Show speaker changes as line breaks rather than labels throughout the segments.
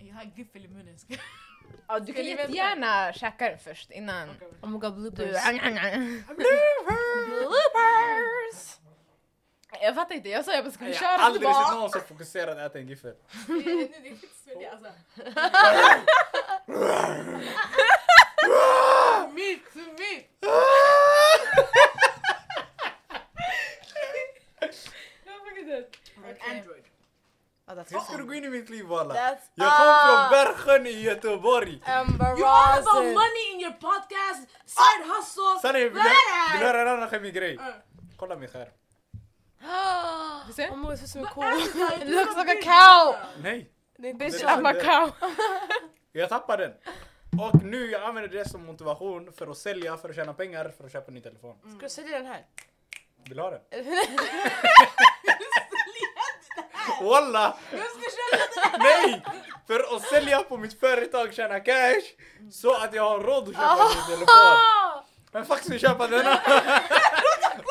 Jag har giffel i munnen. Ska-
Ja, du kan
Ska vi vänta?
jättegärna käka det först innan
Okej.
Oh my god,
du...
bloopers.
Bloopers! Jag fattar inte, jag sa jag bara skulle
Jag
köra
har
och du
aldrig sett
bara...
någon så fokuserad äta en giffel.
Det är- nu, det är skitsvälja, alltså. Mitt, mitt!
Okej.
Android.
Ja, that's
Hur ska du
awesome.
gå in i mitt liv
Ah!
walla?
That's
Jag kom från
all.
Bergsjön i Göteborg.
Amber
You all
alltså.
about
Rosen.
money in your podcast, side hustle.
Sanne, vill du
Vad är
vill
det
du
här?
höra en annan skämmig grej?
Ja.
Kolla min skärm.
Du ser?
Oh my god, det ser ut som en
Vad
ko.
är det här?
It
Du
looks
har
like a
bild.
cow.
Nej,
Det är
Det
bitch
är
I'm a
som det.
cow.
jag tappade den. Och nu jag använder det som motivation för att sälja, för att tjäna pengar, för att köpa en ny telefon.
Ska du sälja den här?
Vill du ha den? Walla!
Jag ska köra den.
Nej! För att sälja på mitt företag, tjäna cash, så att jag har råd att köpa en ny telefon. Men fuck ska jag köpa denna?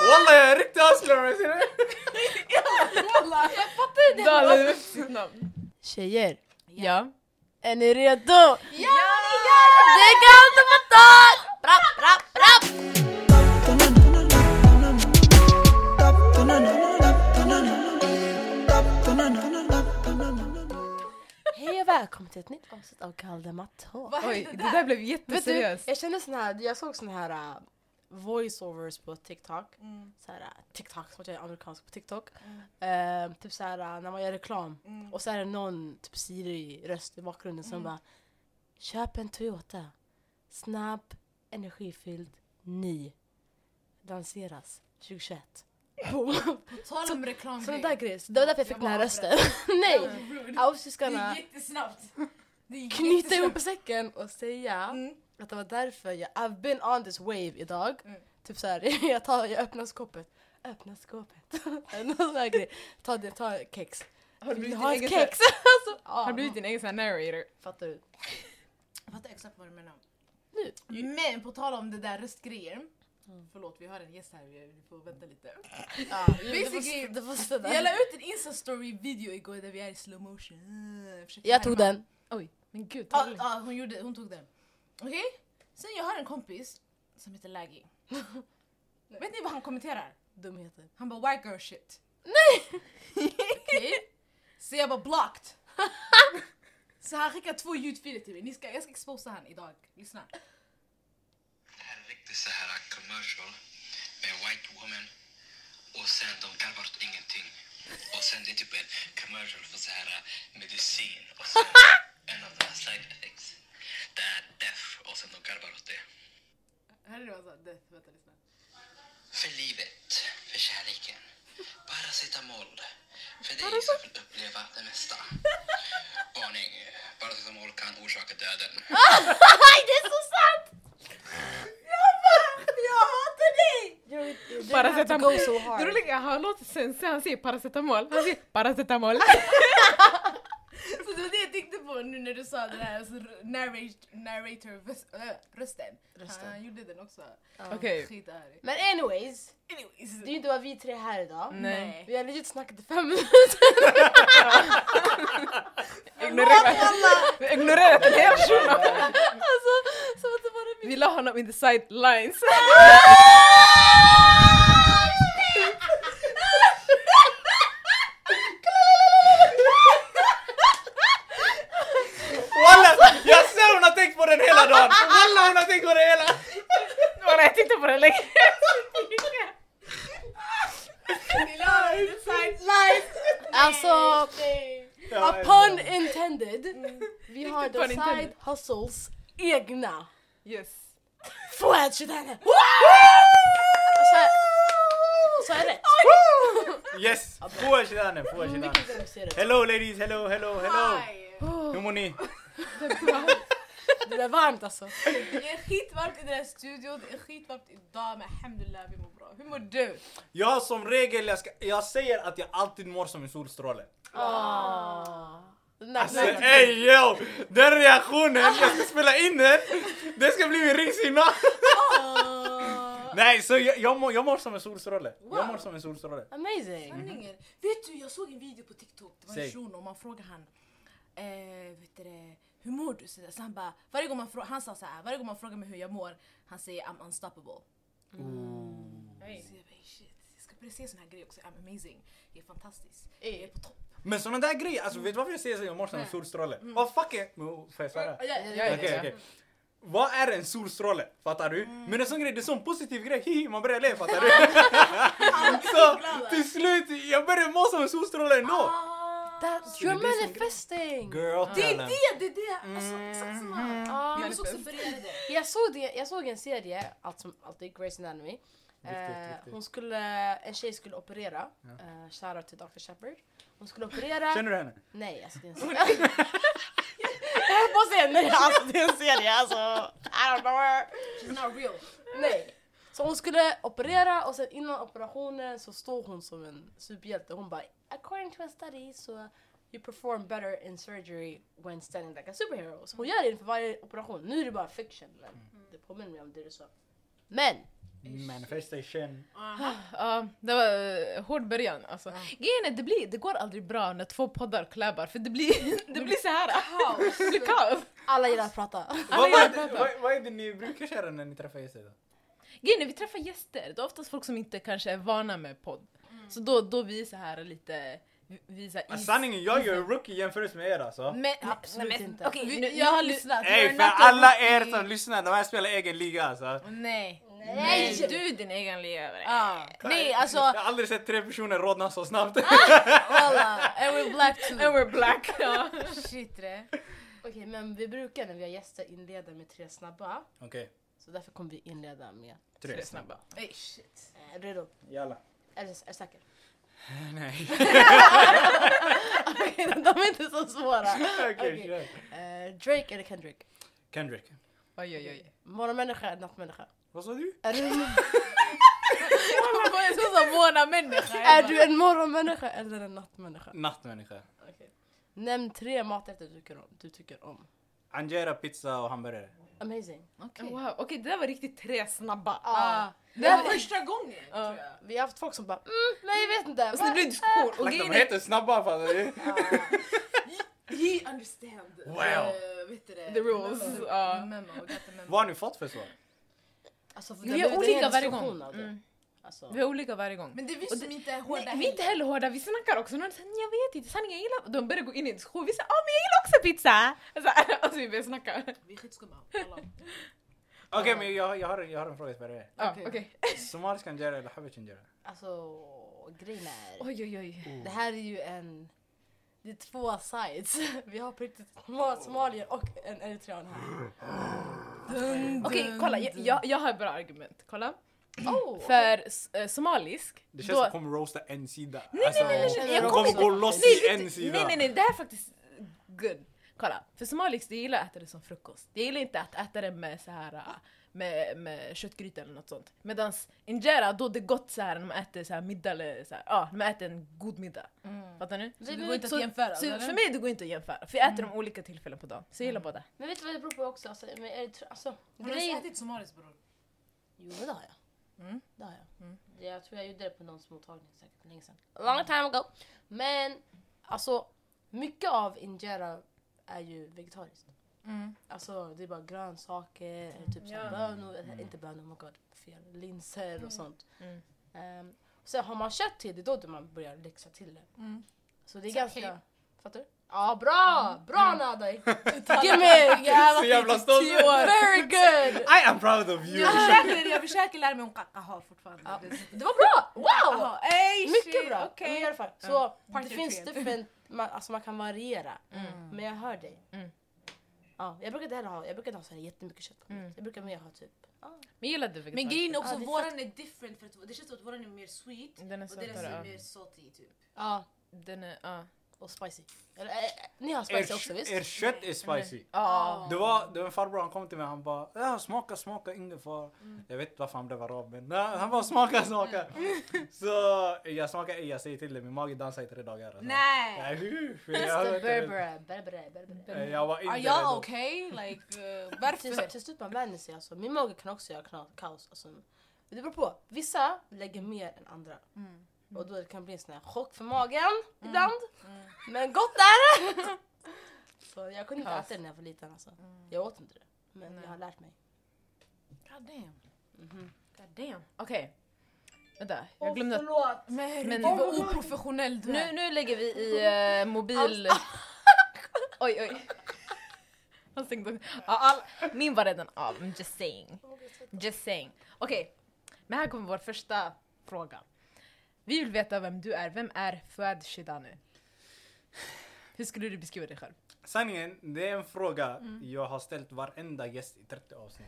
Walla jag är riktigt hustler om jag säger det.
Dalen, det var sitt namn.
Tjejer,
Ja.
är ni redo?
Det kan du få ta! Brapp, brapp, brapp!
Hej och välkommen till ett nytt avsnitt av Kaldemator.
Vad
Oj,
är det
det
där?
där blev
Vet du,
jätteseriöst.
typ, jag kände sån här, jag såg sån här uh, voiceovers på TikTok.
Mm,
Så här, uh, TikTok, som att jag är amerikansk på TikTok.
mm,
Eh, typ så här uh, när man gör reklam.
mm.
Och så är det någon typ Siri-röst i bakgrunden som
Mm.
bara Köp en Toyota. Snabb, energifylld, ny. Lanseras 2021. Boom.
På tal om reklam.
Sådana där grejer. Så det var därför jag fick den här rösten. Nej! I was just
Det är
gonna
jättesnabbt. Det är
knyta
jättesnabbt.
ihop säcken och säga
Mm.
att det var därför jag I've been on this wave idag.
Mm.
Typ såhär, jag, tar, jag öppnar skåpet. Öppna skåpet. Någon sån här grej. Ta, det, ta kex.
Har
Vill du
du blivit
ha
din
ett
egen
kex?
så-
Alltså, ja.
Har du blivit din egen sån här narrator?
Fattar du?
Jag fattar exakt vad du menar.
Nu.
Men på tal om det där röstgrejen. Förlåt, vi har en gäst här. Vi vi får vänta lite.
Ja,
Basically,
det var så
Jag la ut en Insta-story-video igår där vi är i slow motion. Mm, Jag försökte
Jag tog
härma.
den.
Oj, men gud.
Ja, ja, hon, gjorde, hon tog den. Okej? Sen jag har en kompis som heter Laggy. Vet ni vad han kommenterar?
Dumheter.
Han bara white girl shit. Nej! Okej. Så jag bara blocked. Så han skickar två ljudfiler till mig. Ni ska, jag ska exposa han idag. Lyssna.
här är riktigt så här commercial med white woman och sen de garvar åt ingenting. Och sen det är typ en commercial för så här eh, medicin och sen en av de här side effects. Det är death och sen de garvar åt det.
Hörde du vad han sa? Det- Vänta, lyssna.
För livet, för kärleken. Paracetamol. För dig som vill uppleva det mesta. Varning, paracetamol kan orsaka döden.
Paracetamol.
Go so
Det
hard.
roliga är att han låter sense, han säger paracetamol. Han säger paracetamol.
Så Alltså, det var det jag tänkte på nu när du sa den här alltså, narrator, narrator äh, rösten.
Rösten.
Han gjorde den också.
Okej.
Skitarg.
Men anyways,
Anyways.
det är ju inte bara vi tre här idag.
Nej.
Vi har legit snackat i fem minuter.
Ignorerat ignorerat en hel shuno.
Alltså, Som att det bara är vi.
Vi la honom in the sidelines.
Walla jag ser hon har tänkt på den hela dagen. Walla hon har tänkt på den hela.
Bara jag tittar på den länge.
Alltså,
Ja,
upon intended. Vi har
Inte
The
pun
Side
intended.
Hustles egna
Yes.
Fuad-shitane. Så Alltså, är det rätt.
Yes! Få shitanen, få shitanen.
Vem Alltså, ser det?
Hello ladies, hello, hello, hello.
Hi.
Hur mår ni?
Det där är varmt alltså.
Det är skitvarmt i den här studion, det är skitvarmt idag men alhamdulillah vi mår bra. Hur mår du?
Jag som regel, jag, ska, jag säger att jag alltid mår som en solstråle.
Ah. Den där-
Alltså ey yo! Den reaktionen, jag ska spela in den! Det ska bli min ringsignal! Nej, så jag, jag, mår, jag mår som en solstråle. Jag mår som en solstråle.
Amazing.
eh. Mm-hmm. Sanningen. Vet du jag såg en video på TikTok, det var en
Säg.
shuno och man frågade han eh, vet heter det, hur mår du? Så där, så han bara, varje gång man frågar, han sa så här, varje gång man frågar mig hur jag mår, han säger I'm unstoppable. Så jag bara, Typ, shit, jag ska börja se såna här grejer också, I'm amazing, jag är fantastisk, jag är på topp.
Men såna där grejer, alltså vet du varför jag säger så? Jag måste ha en solstråle.
Mm.
Vad fuck är... Men, Får jag svära? Okej, okej. Vad är en solstråle? Fattar du?
Mm.
Men en sån grej, det är en sån positiv grej, hihi, man börjar le fattar du? så
Ah.
till slut, jag börjar må som en solstråle ändå!
That's,
Alltså, det är
you're
det som-
manifesting!
Girl,
Det är
tell him.
det, det är det! Alltså,
Mm.
exakt som han.
Ah,
Jag måste också börja med det.
jag, såg det, jag såg en serie, allt som alltid, Grey's Anatomy. Eh,
viktigt.
hon skulle, en tjej skulle operera. Eh, Shoutout till Dr. Shepard. Hon skulle operera.
Känner du henne?
Nej, alltså det är en serie. jag höll på att säga nej, alltså det är en serie alltså. I don't know her.
She's not real.
Nej. Så hon skulle operera och sen innan operationen så står hon som en superhjälte. Hon bara according to a study so you perform better in surgery when standing like a superhero. Så hon gör det inför varje operation. Nu är det bara fiction men
Mm.
det påminner mig om det du sa. Men!
Manifestation.
Ja, det var eh, hård början alltså. Grejen är, det, blir, det går aldrig bra när två poddar kläbar för det blir, det blir så här. Kaos. Det blir kaos.
Alla gillar att prata.
Vad, vad, vad, vad är det ni brukar köra när ni träffar gäster då?
Grejen är, vi träffar gäster, det är oftast folk som inte kanske är vana med podd. Så då, då vi är så här lite, vi- vi är så här
Ah,
is-
Sanningen, jag är en rookie jämfört med er alltså.
Men,
absolut
nej, men,
inte.
okej,
Vi- Mm.
nu,
Alltså, jag har lyssnat.
Ey,
You're
för
not a
alla er
rookie.
som lyssnar, de här spelar egen liga alltså.
Nej.
nej, du är din egen levare.
Ah. Nej,
Jag
alltså,
har aldrig sett tre personer rodna så snabbt.
alla. And we're black
And
too.
we're black. Ja.
Shit det.
Okej men vi brukar när vi har gäster inleda med tre snabba.
Okej,
Så därför kommer vi inleda med
tre
snabba.
Ey, shit.
eh, redo.
Jalla.
Är du är du säker?
Nej.
Okej, de är inte så svåra.
Okej,
Okej.
kör.
Eh, Drake eller Kendrick?
Kendrick.
Oj, oj, oj.
Morgonmänniska eller nattmänniska?
Vad sa du?
Är du,
Jag tror som våra människa.
är du en morgonmänniska eller en nattmänniska?
Nattmänniska.
Nämn tre maträtter du tycker om. Du tycker om.
Angera, pizza och hamburgare.
Amazing.
Wow, okej det där var riktigt tre snabba.
Ah.
Det var första gången tror jag.
Vi har haft folk som bara mm, nej jag vet inte.
Så det blir diskussion. Och
Like, de
grejen är,
heter snabba fattar du?
He understand. the-
Wow.
vet du det?
The rules,
Memo,
ja.
memo, got the memo.
Vad har ni fått för svar?
Alltså, för
Vi
det
är
blir en
olika varje
diskussion
gång. Mm.
av det. Alltså,
vi är olika varje gång.
Men det är vi
Och
som inte är hårda
Nej, vi är inte heller hårda, vi snackar också. Någon säger jag vet inte, sanningen jag gillar... De börjar gå in i en diskussion, vi säger ah men jag gillar också pizza! Alltså, alltså vi börjar snacka.
Vi är skitskumma.
Okej men jag, jag, har, en- jag har en fråga till er.
Ja,
Okej.
Okej.
Somalisk angera eller habish angera?
alltså grejen är.
Oj oj oj.
Det här är ju en... Det är två sides. Vi har på riktigt sma- somalier och en eritrean här.
Oh.
Okej kolla, jag, jag, jag har ett bra argument. Kolla.
Oh,
För s- eh, somalisk,
Det känns
då...
som att de kommer roasta en sida. Alltså,
nej, nej, nej, nej, jag kommer
de kommer
inte-
gå loss
Nej,
i
vet du-
en sida.
Nej nej nej, det här är faktiskt good. Kolla, för somalisk de gillar att äta det som frukost. De gillar inte att äta det med så här äh, med, med köttgryta eller något sånt. Medans injera då det är gott så här när man äter så här middag eller så här, ja, när man äter en god middag.
Mm.
Fattar ni?
Så det går inte att jämföra?
Så
eller?
för mig det går inte att jämföra, för jag äter
Mm.
dem olika tillfällen på dagen. Så jag gillar båda.
Men vet du vad det beror på också? Alltså, men eritrean, alltså,
Har du ens
grejen...
ätit somaliskt bror?
Jo men det har jag. Det har jag. Det- Jag tror jag gjorde det på någons mottagning säkert länge sedan. A long time ago. Men alltså mycket av injera är ju vegetariskt. Alltså det är bara grönsaker, eller typ ja. bönor, eller inte bönor, oh my god, fel, linser och sånt.
Mm.
Ehm, sen har man kött till det, är då det man börjar lyxa till det. Så det är ganska... Fattar du? Ja, bra! Bra Nada! Give me!
Så jävla stolt.
Very good!
I am proud of you!
Jag försöker, jag försöker lära mig om kakaha fortfarande.
Ja.
Det-
Det var bra! Wow!
Jaha, ey,
Mycket
shit,
bra!
okej.
Men i alla fall, så
Part
det
of
finns
three.
different, man, alltså man kan variera. Men jag hör dig.
Mm.
Ja, jag brukar inte heller ha, jag brukar inte ha så här jättemycket kött på mig.
Mm.
Jag brukar mer ha typ... Ja.
Men jag gillade
Men
vegetariskt.
grejen är också,
Ja, det är
våran är different för att det känns som att våran är mer sweet
Den är
och deras
Mm. sötare.
är
ja.
mer salty typ.
ja,
Den är, ja.
och spicy. Eller, äh, ni har spicy också visst?
Er, er kött är spicy.
Ja.
Det var, det var en farbror han kom till mig han bara ja, smaka smaka ingen fara.
Mm.
Jag vet inte varför han blev arab men nej, han bara smaka smaka.
Mm.
Så jag smakar ej, jag säger till dig min mage dansar i tre dagar. Alltså.
Nej!
Nej, uff, jag, var inte rädd.
Berbera, berbera, berbera.
Eh, jag var inte
Är
redo.
jag okej? Like, eh,
Till,
varför?
till slut man vänjer sig alltså. Min mage kan också göra kna- kaos. Alltså. Det beror på. Vissa lägger mer än andra.
Mm.
Och
Mm.
då kan det bli en sån här chock för magen ibland. Men gott är det! Så jag kunde inte
Kaos. Mm.
äta den när jag var liten alltså. Jag åt inte det. Men jag har lärt mig.
God damn. God damn. Okej.
Vänta, jag glömde att...
förlåt!
Men herregud
Men-
vad oprofessionell du
Nu,
är.
nu lägger vi i eh, mobil... oj, oj. Jag tänkte- Ja, all... Min var redan av, I'm just saying. Just saying. Okej, men här kommer vår första fråga. Vi vill veta vem du är. Vem är Fuad Shidane? Hur skulle du beskriva dig själv?
Sanningen, det är en fråga jag har ställt varenda gäst i 30 avsnitt.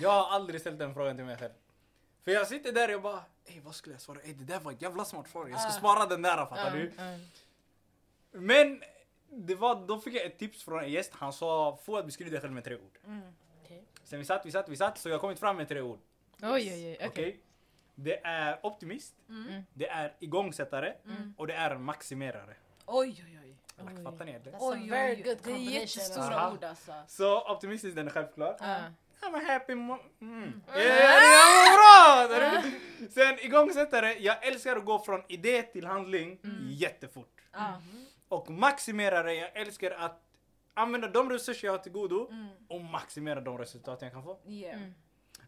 jag har aldrig ställt den frågan till mig själv. För jag sitter där och bara, ey vad skulle jag svara? Ey det där var en jävla smart fråga, jag ska spara den där fattar du? Men det var, då fick jag ett tips från en gäst, han sa, få att beskriva dig själv med tre ord.
Okej.
Sen vi satt, vi satt, vi satt, så jag har kommit fram med tre ord.
Oj, oj, oj.
Okej?
Okej.
Det är optimist, det är igångsättare och det är maximerare.
Oj oj oj.
Like, fattar ni eller?
That's a very good
Det är
combination.
jättestora
Aha.
ord alltså.
Så optimistisk den är självklar.
Ja.
I'm a happy mo- mm. Yeah, jag mår bra! där är det. Sen igångsättare, jag älskar att gå från idé till handling jättefort.
Mm.
Och maximerare, jag älskar att använda de resurser jag har till godo och maximera de resultat jag kan få.
Yeah.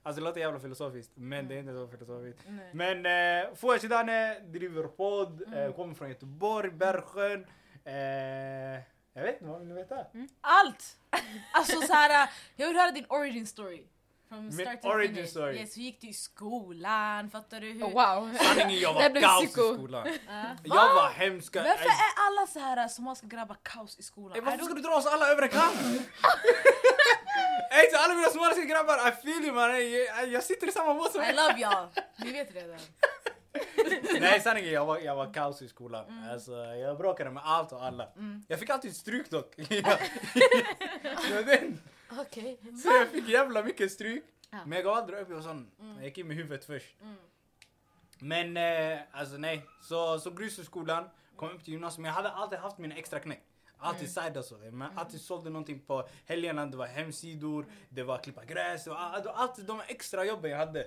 Alltså det låter jävla filosofiskt, men det är inte så filosofiskt. Men eh, Fouad Shidane driver podd, eh, kommer från Göteborg, Bergsjön. Eh, jag vet inte, vad vill ni veta?
Allt! Alltså såhär, jag vill höra din origin story. From start to
origin
finish.
story.
Yes, hur gick det i skolan? Fattar du hur?
Oh,
Uh.
Wow.
Sanningen, jag
Där
var
blev
kaos i
psyko.
skolan. Jag var hemska.
Varför är alla så här uh, somaliska grabbar kaos i skolan?
Ey,
Är
varför
de-
ska du dra oss alla över en kam? Ey, till alla mina somaliska grabbar, I feel you man. Ey, jag- jag sitter i samma båt som
I
er.
love y'all! Ni vet redan.
Nej sanningen, jag var, jag var kaos i skolan.
Mm.
Alltså, jag bråkade med allt och alla. Jag fick alltid stryk dock. Jag- Det var den.
Okej.
Så jag fick jävla mycket stryk. Men jag gav aldrig upp, jag var sån. Jag gick in med huvudet först. Men eh, alltså nej, så, så grus i skolan, kom upp till gymnasiet. Men jag hade alltid haft mina extra knäck. Alltid side alltså. Men alltid sålde någonting på helgerna, det var hemsidor, det var klippa gräs, det var all- alltid de extra jobben jag hade.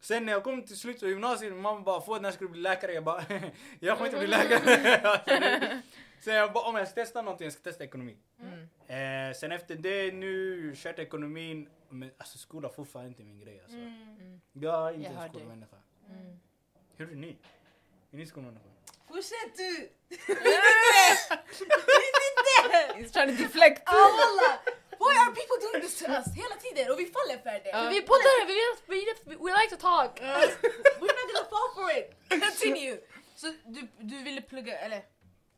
Sen när jag kom till slut av gymnasiet, min mamma bara “Fouad, när ska du bli läkare?” Jag bara “Jag kommer inte bli läkare”. Alltså, Sen jag bara “Om jag ska testa någonting, jag ska testa ekonomi”. Eh, sen efter det nu, kört ekonomin. Men alltså skola är fortfarande inte min grej alltså.
Mm.
Jag är inte
Jag hör
en
dig.
skolmänniska. Hur är ni? Är ni skolmänniskor?
Fortsätt du!
He's trying to deflect.
Alla! Why are people doing this to us hela tiden? Och vi faller för det!
Men vi poddar, vi vet- vi vet- we like to talk.
Mm. We're not gonna fall for it! Continue! Så du, du ville plugga, eller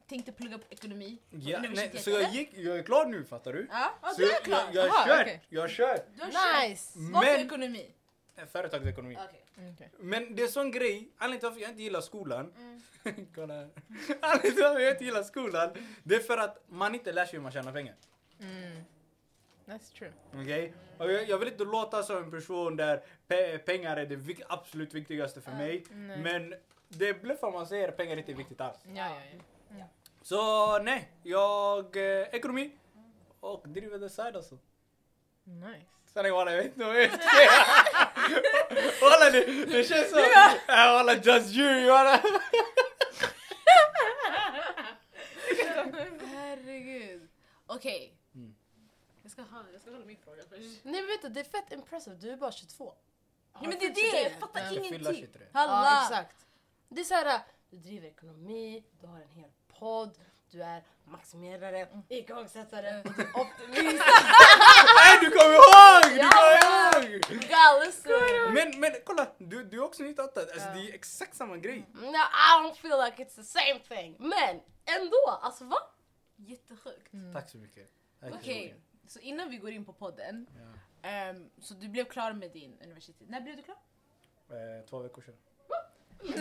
tänkte plugga på ekonomi? på
Ja, nej,
universitetet,
så jag
eller?
gick, jag är klar nu fattar du?
Ja, ja
Så
du är
jag,
klar!
jag, jag
Aha,
har kört,
okej.
jag har kört.
Du har kört.
Nice!
Varför
Men
ekonomi?
Eh, företagsekonomi.
Okej.
Men det är sån grej, anledningen till varför jag inte gillar skolan.
Mm.
Kolla här. Anledningen till varför jag inte gillar skolan. Det är för att man inte lär sig hur man tjänar pengar.
That's true.
Okej? Och jag, jag vill inte låta som en person där pe- pengar är det vik- absolut viktigaste för mig. Men det bluffar man säger att pengar inte är viktigt alls.
Ja, ja, ja.
Så nej, jag... Eh, ekonomi. Och driver the side alltså.
Nice.
Sanning walla, jag vet inte vad jag ska säga. Walla det, det känns som... Äh, Walla just you walla.
Herregud. Okej.
Mm.
Jag ska ha- jag ska hålla min fråga först.
Nej men vet du, det är fett impressive. Du är bara 22.
Nej men det är det, jag
Jag
fattar
ska fylla
ingenting.
23.
Ja,
Hallå!
exakt. Det är så här, du driver ekonomi, du har en hel podd, du är maximerare, igångsättare, du är optimist.
Nej du kommer ihåg! Du kommer ihåg!
Galison!
Men, men kolla, du, du är också 98. Alltså det är exakt samma grej.
No, I don't feel like it's the same thing. Men ändå, alltså va?
Jättesjukt.
Tack så mycket. Tack så
Okej,
mycket.
så innan vi går in på podden. ehm, så du blev klar med din universitet. När blev du klar?
Eh, två veckor sedan.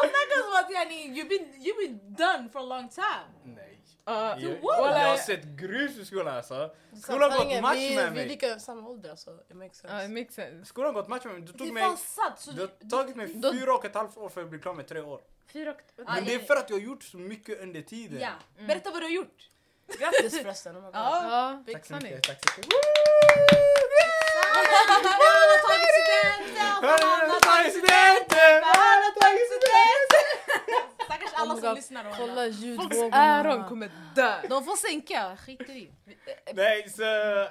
Han snackar som att yani, you've been, you've been done for a long time.
Nej.
Uh,
Jag,
what?
jag har sett grus i skolan alltså. Skolan har gått match
vi,
med
Vi är
mig.
lika samma ålder alltså. It makes
uh,
sense.
it makes sense.
Skolan har gått match med mig. Du
Det
tog
är
mig...
fan sant! Så
Du
du,
har tagit mig
Då-
fyra och ett halvt år för att bli klar med tre år.
Fyra och...
Ah,
Men det är
ja,
för att jag har gjort så mycket under tiden.
ja. Berätta vad du har gjort.
Grattis förresten. oh om man bara-
Ja,
Tack
big
så
sunny.
mycket. Tack så mycket.
Oh, Han har tagit studenten!
Hörni, ta incidenten!
Han har tagit studenten! Stackars alla
my
som
God.
lyssnar och
Kolla
Folks
ljudvågorna.
öron kommer dö.
De får sänka, skit i.
Nej, så... eh,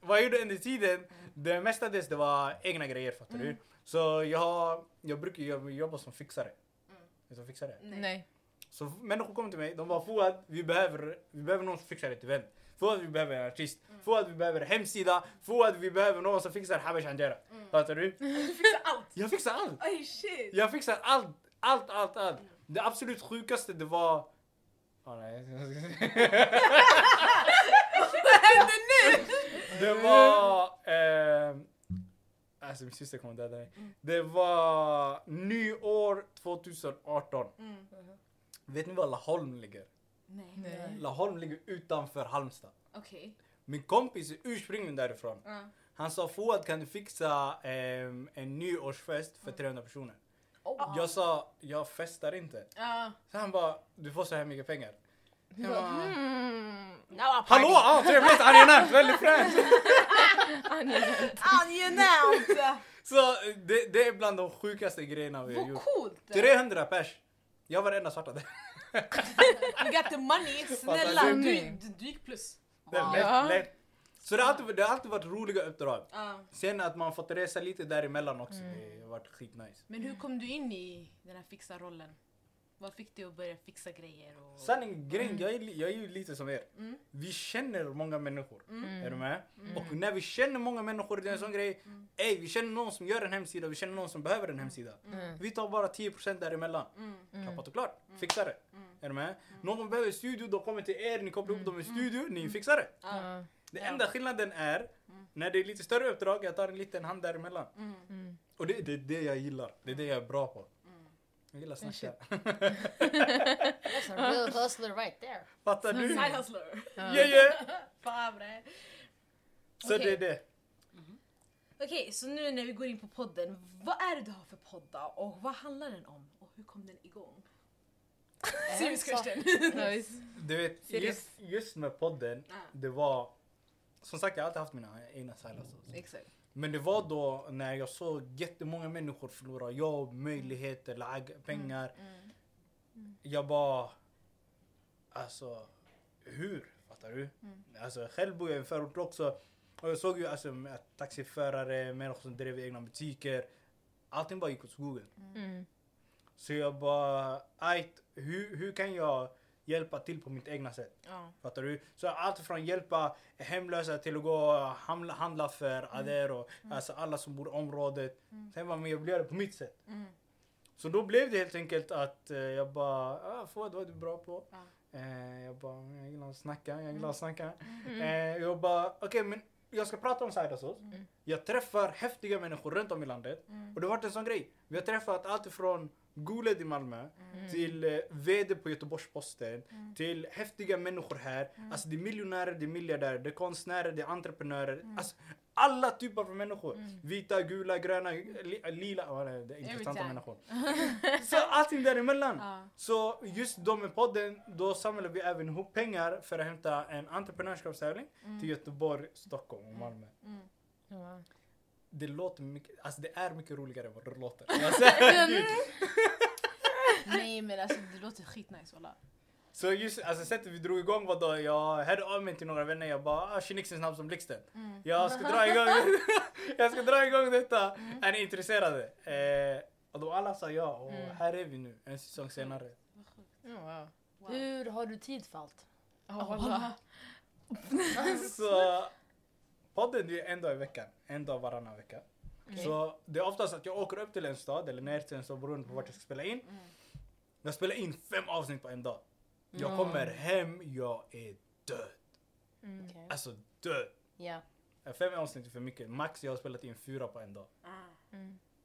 Vad jag gjorde under tiden, det mestadels det var egna grejer fattar
Mm.
du. Så jag, har- jag brukar jobba- jobba som fixare.
Mm.
Som fixare.
Nej.
Så f- människor kom till mig, de bara Fouad, vi behöver, vi behöver någon som fixar ett event. Fouad, vi behöver en artist. Fouad, vi behöver en hemsida. Fouad, vi behöver någon som fixar Habesh Anjera. Fattar du?
Du fixar allt!
Jag fixar allt!
Oj Oh, shit!
Jag fixar allt, allt, allt, allt. Det absolut sjukaste det var... Ah, nej. Det var... ehm, alltså min syster kommer döda mig. Det var nyår 2018.
Mm.
Vet ni var Laholm ligger?
Nej.
Nej.
Laholm ligger utanför Halmstad.
Okej.
Min kompis är ursprungligen därifrån.
Ja.
Han sa Fouad kan du fixa ehm, en nyårsfest för 300 personer?
Oh.
Jag sa jag festar inte.
Ja.
Så han bara du får så här mycket pengar. Jag bara,
Mm.
Now I party.
Hallå! Ja, trevligt! Angenämt! Väldigt fränt!
Ah,
Ah, Angenämt!
Så det, det är bland de sjukaste grejerna vi har
Vad
gjort.
coolt!
300 pers! Jag var den enda svarta där.
You got the money, snälla!
Fattar
Du,
du?
du, du gick plus.
Det är
Ja.
lätt, lätt. Så det har, alltid, det har alltid varit roliga uppdrag.
Ja.
Sen att man fått resa lite däremellan också,
Mm.
det har varit skitnice.
Men hur kom du in i den här fixa-rollen? Vad fick dig att börja fixa grejer? Och...
Sanning, grejen, jag, är, li- jag är ju lite som er. Vi känner många människor. Är du med? Och när vi känner många människor, det är en sån grej. Ey, vi känner någon som gör en hemsida, vi känner någon som behöver en hemsida. Vi tar bara 10% däremellan. Klappat och klart. Fixar det. Är du med? Någon behöver studio, de kommer till er, ni kopplar upp dem i studio, ni fixar det.
Ah.
Ja.
Det enda skillnaden är, när det är lite större uppdrag, jag tar en liten hand däremellan. Och det, det är det jag gillar. Det är det jag är bra på. Jag gillar att snacka.
That's a real hustler right there.
Fattar du?
Side hustler!
Yeah, yeah.
Fan bre.
Så
Okej.
det är det.
Okej, så nu när vi går in på podden, vad är det du har för podd då? Och vad handlar den om? Och hur kom den igång? Eh,
Eh,
Serious question!
Nice.
Du vet,
Serious.
just, just med podden,
Ah.
det var... Som sagt, jag har alltid haft mina egna silences.
Exakt.
Men det var då när jag såg jättemånga människor förlora jobb, möjligheter, lag, pengar. Jag bara... Alltså, hur? Fattar du? Alltså, själv bor jag i en förort också. Och jag såg ju alltså, att taxiförare, människor som drev egna butiker. Allting bara gick åt skogen.
Mm.
Så jag bara, ajt, hur, hur kan jag hjälpa till på mitt egna sätt?
Ja.
Fattar du? Så allt från hjälpa hemlösa till att gå och hamla- handla för Ader och alltså alla som bor i området. Sen bara, men jag vill göra det på mitt sätt. Så då blev det helt enkelt att eh, jag bara, ah, Fouad vad är du bra på? Eh, jag bara, "Men jag gillar att snacka, jag gillar att snacka. Eh, jag bara, okej men jag ska prata om side hustles. Jag träffar häftiga människor runt om i landet. Och det har varit en sån grej. Vi har träffat allt ifrån Guled i Malmö till eh, VD på Göteborgs-Posten till häftiga människor här. Alltså det är miljonärer, det är miljardärer, det är konstnärer, det är entreprenörer. Alltså alla typer av människor. Vita, gula, gröna, li, lila. Ja, det är intressanta
time.
människor. Så allting däremellan. Så just då med podden, då samlade vi även ihop pengar för att hämta en entreprenörskapstävling till Göteborg, Stockholm och Malmö.
Ja.
Det låter mycket, alltså det är mycket roligare än vad det låter. Alltså, Jag säger det.
Nej men alltså det låter skitnice walla.
Så just alltså, sättet vi drog igång var då jag hörde av mig till några vänner. Jag bara ah, “Kinixen snabb som blixten”. Jag, ska dra igång, jag ska dra igång detta. Är ni intresserade? Eh, och då alla sa ja och här är vi nu en säsong senare.
Ja.
Hur har du tid för allt?
Oh,
Ja, walla.
Så podden det är en dag i veckan, en dag varannan vecka. Så det är oftast att jag åker upp till en stad eller ner till en stad beroende på vart jag ska spela in. Jag spelar in fem avsnitt på en dag. Jag kommer hem, jag är död.
Okej.
Alltså död.
Ja.
Fem avsnitt är för mycket. Max jag har spelat in fyra på en dag.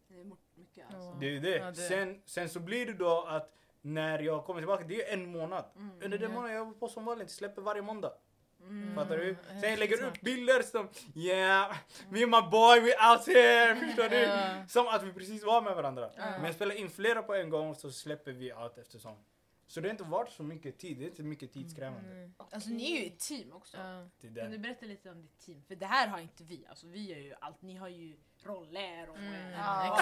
Det är mycket alltså.
Det är ju det.
Ja, det-
Sen, sen så blir det då att när jag kommer tillbaka, det är ju en månad.
Mm,
Under den månaden jag jobbar på som vanligt, släpper varje måndag. Fattar du? Sen jag lägger upp bilder som yeah, me and my boy we out here, förstår du?
Ja.
Som att vi precis var med varandra. Men jag spelar in flera på en gång så släpper vi allt efter sånt. Så det har inte varit så mycket tid, det är inte mycket tidskrävande.
Mm,
Alltså ni är ju ett team också.
Ja.
Det är
Kan du
det.
berätta lite om ditt team? För det här har inte vi, alltså vi gör ju allt. Ni har ju roller och
Ja,
och någon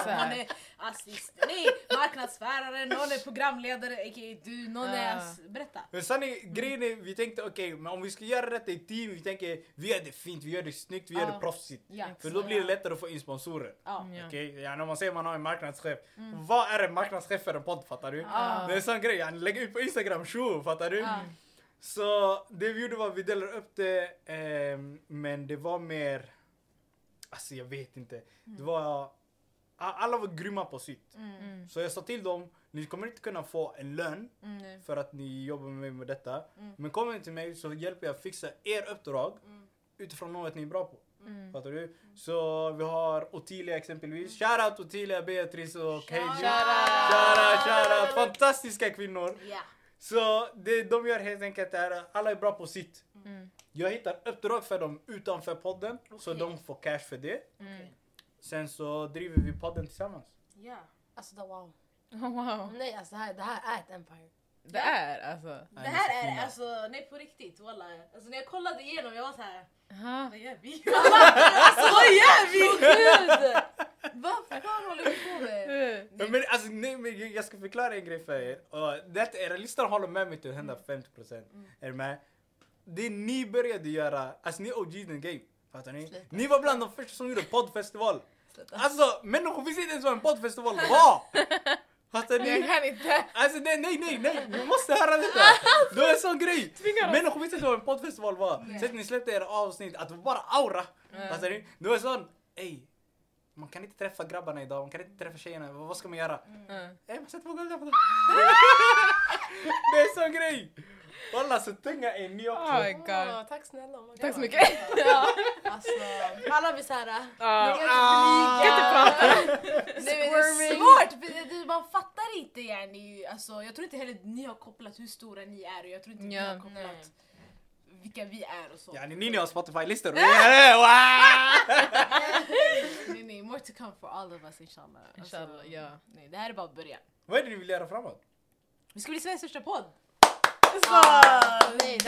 är
exakt.
assist, nej marknadsförare, någon är programledare, a.k.a. du, någon är...
Ja.
ass- Berätta.
Men sen är
Mm.
grejen är, vi tänkte okej, men om vi ska göra detta i team, vi tänker vi gör det fint, vi gör det snyggt, vi gör det
Ja.
proffsigt.
Ja.
För då blir det lättare att få in sponsorer.
Ja. Mm.
Ja.
Okej, ja, när man säger man har en marknadschef. Vad är en marknadschef för en podd fattar du?
Ja.
Det är en sån grej, ja, lägg ut på Instagram, tjo fattar du?
Ja.
Så det vi gjorde var att vi delade upp det, ehm, men det var mer... Alltså jag vet inte. Det
Mm.
var... a- Alla var grymma på sitt.
Mm.
Så jag sa till dem, ni kommer inte kunna få en lön för att ni jobbar med mig med detta.
Mm.
Men kommer ni till mig så hjälper jag fixa er uppdrag utifrån något ni är bra på.
Mm.
Fattar du? Så vi har Ottilia exempelvis.
Mm.
Shoutout Ottilia, Beatrice och Heidi. Shoutout, shoutout. Fantastiska kvinnor.
Ja.
Så det de gör helt enkelt är att alla är bra på sitt. Jag hittar uppdrag för dem utanför podden så
Mm. Okej. Mm.
de får cash för det.
Okej.
Sen så driver vi podden tillsammans.
Ja.
Alltså det, wow.
Wow.
Nej alltså det här, det här är ett empire.
Det är alltså...
Det här är alltså, nej på riktigt walla. Alltså när jag kollade igenom jag var såhär,
Aha.
vad gör vi? alltså vad gör vi? Gud! Vad fan håller vi på med?
Men, men, alltså, nej, men jag- jag ska förklara en grej för er. Och det, era lyssnare håller med mig till 150%. Är ni med? Det ni började göra, alltså ni är OG in the game. Fattar ni? Ni var bland de första som gjorde poddfestival. Alltså människor visste inte ens vad en poddfestival var! Fattar ni?
Jag kan inte.
Alltså nej, nej, nej, nej, vi måste höra detta!
Alltså,
Det var en sån grej! Människor visste inte vad en poddfestival var. Sen när ni släppte era avsnitt, att det var bara aura. Fattar ni? Det var en sån, ey, man kan inte träffa grabbarna idag, man kan inte träffa tjejerna, vad vad ska man göra?
Mm.
Ey, man sätter på golvet på dem. Det är en sån grej! Walla, så tunga är ni också.
Oh my god.
Åh, tack snälla. oh my
Tack
God.
så mycket.
Ja, alltså, alla blir såhär...
Ja.
Ah.
Kan inte prata.
Nej, men det är svårt, för det- det- man fattar inte yani. Alltså, jag tror inte heller ni har kopplat hur stora ni är och jag tror inte ni
Ja.
har kopplat
Nej.
vilka vi är och så.
Ja, ni, ni har Spotify-listor. Wow!
Nej, nej, more to come for all of us inshallah. Alltså,
Inshallah, ja.
nej, det här är bara början.
Vad är det ni vill göra framåt?
Vi ska bli Sveriges största podd!
Nej,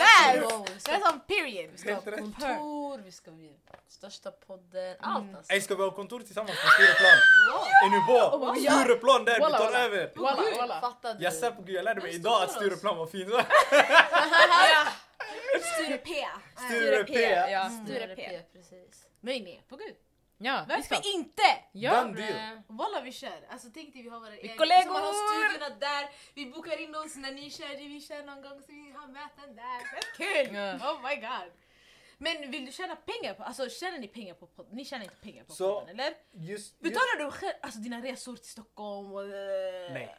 that's the
Där!
goal. Vi
Det
ska
är som period!
vi ska ha
Helt rätt.
kontor, vi ska bli största
Mm.
podden, allt alltså.
Ey, ska vi ha kontor tillsammans på Stureplan? Är ni på?
Oh my God.
Stureplan där, vi
Walla,
tar
walla.
över!
Walla, walla.
Fattar du?
Jag svär på gud, jag lärde mig idag att Stureplan var fint.
Sture P!
Sture P.
Ja.
Sture
Sture
P.
P,
Mm.
precis.
Nej nej, på gud.
Ja, vi ska.
Varför inte?
Ja.
Done deal.
Eh,
Walla vi kör! Alltså tänk dig vi har våra egna...
kollegor!
Man har studiorna där, vi bokar in oss när ni kör, vi kör någon gång så vi har möten där. Fett kul!
Ja.
Oh my god! Men vill du tjäna pengar på, alltså tjänar ni pengar på podden? Ni tjänar inte pengar på
Så-
podden eller?
Just, just,
Betalar du själv, alltså dina resor till Stockholm och... eh,
Nej.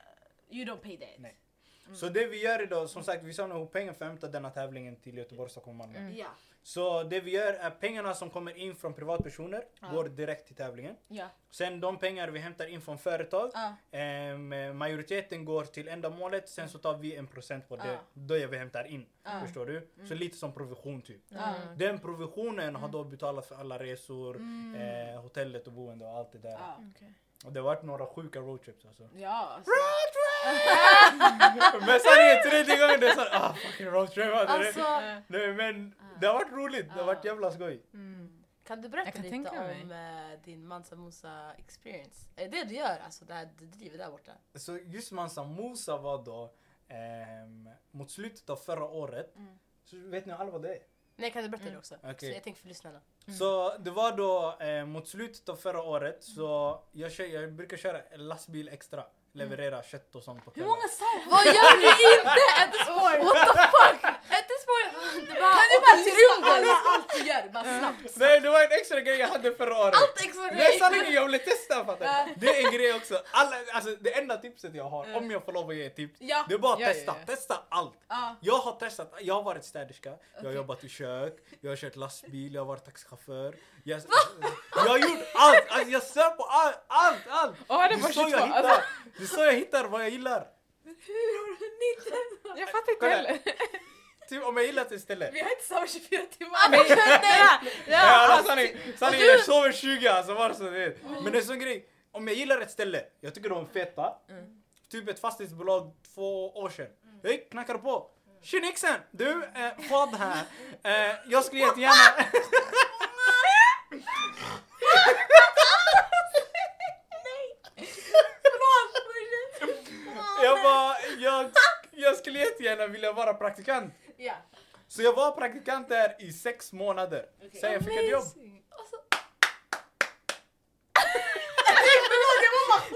You don't pay that?
Nej. Mm. så det vi gör idag, som sagt vi samlar ihop pengar för att hämta denna tävlingen till Göteborg, Stockholm, Malmö.
Mm. Ja.
Så det vi gör är pengarna som kommer in från privatpersoner
Ja.
går direkt till tävlingen.
Ja.
Sen de pengar vi hämtar in från företag,
Ja.
ehm, majoriteten går till ändamålet, sen så tar vi en procent på det,
Ja. Mm.
det vi hämtar in. Förstår du? Så lite som provision typ. Den provisionen har då betalat för alla resor, eh, hotellet och boende och allt det där.
Mm. Ja.
Och det har varit några sjuka roadtrips alltså.
Ja, alltså.
Men sen är det tredje gången det är såhär, ah fucking roadtrip. Alltså.
Alltså,
Nej men det har varit roligt, det har varit jävla skoj.
Mm.
kan du
Jag
berätta
kan
lite
tänka
om eh, din Mansa Musa experience? Är det det du gör? Alltså det här du driver där borta?
Så just Mansa Musa var då ehm, mot slutet av förra året. Så vet ni alla vad det är?
Nej, kan du berätta
Mm.
det också? Så
Okej.
jag tänkte för lyssnarna.
Så det var då eh, mot slutet av förra året så jag, kör, jag brukar köra en lastbil extra. Leverera kött och sånt på
Hur
kvällen.
många server?
Vad gör du inte? Ett spår! What the fuck? Ett spår! Det var
Kan du bara lyssna alla allt du gör? Bara snabbt.
Nej det var en extra grej jag hade förra året.
extra
Det är sanningen, jag ville testa fattar du? Det är en grej också. Alla, alltså, det enda tipset jag har, om jag får lov att ge ett tips,
Ja.
det är bara att
Ja, ja,
testa.
ja.
Testa allt.
Ja.
Jag har testat, jag har varit städerska, jag har jobbat i kök, jag har kört lastbil, jag har varit taxichaufför. Jag, jag har gjort allt! Alltså, jag svär på allt, allt, allt!
Åh, det
är
var
så jag
22,
hittar,
alltså.
det är så jag hittar vad jag gillar.
Jag fattar inte
Kolla.
heller.
Typ om jag gillar ett ställe.
Vi har inte samma 24 timmar.
Ja, alltså, sanning, sanning, jag sover 20 alltså bara så ni vet.
Mm.
Men det är en sån grej, om jag gillar ett ställe, jag tycker de är feta. Typ ett fastighetsbolag två år sedan. Jag knackade på. Tjena yxan! Du, eh, vad här? Eh, jag skulle jättegärna... skulle jättegärna vilja vara praktikant.
Ja.
Så jag var praktikant där i sex månader. Sen jag fick ett jobb.
Alltså,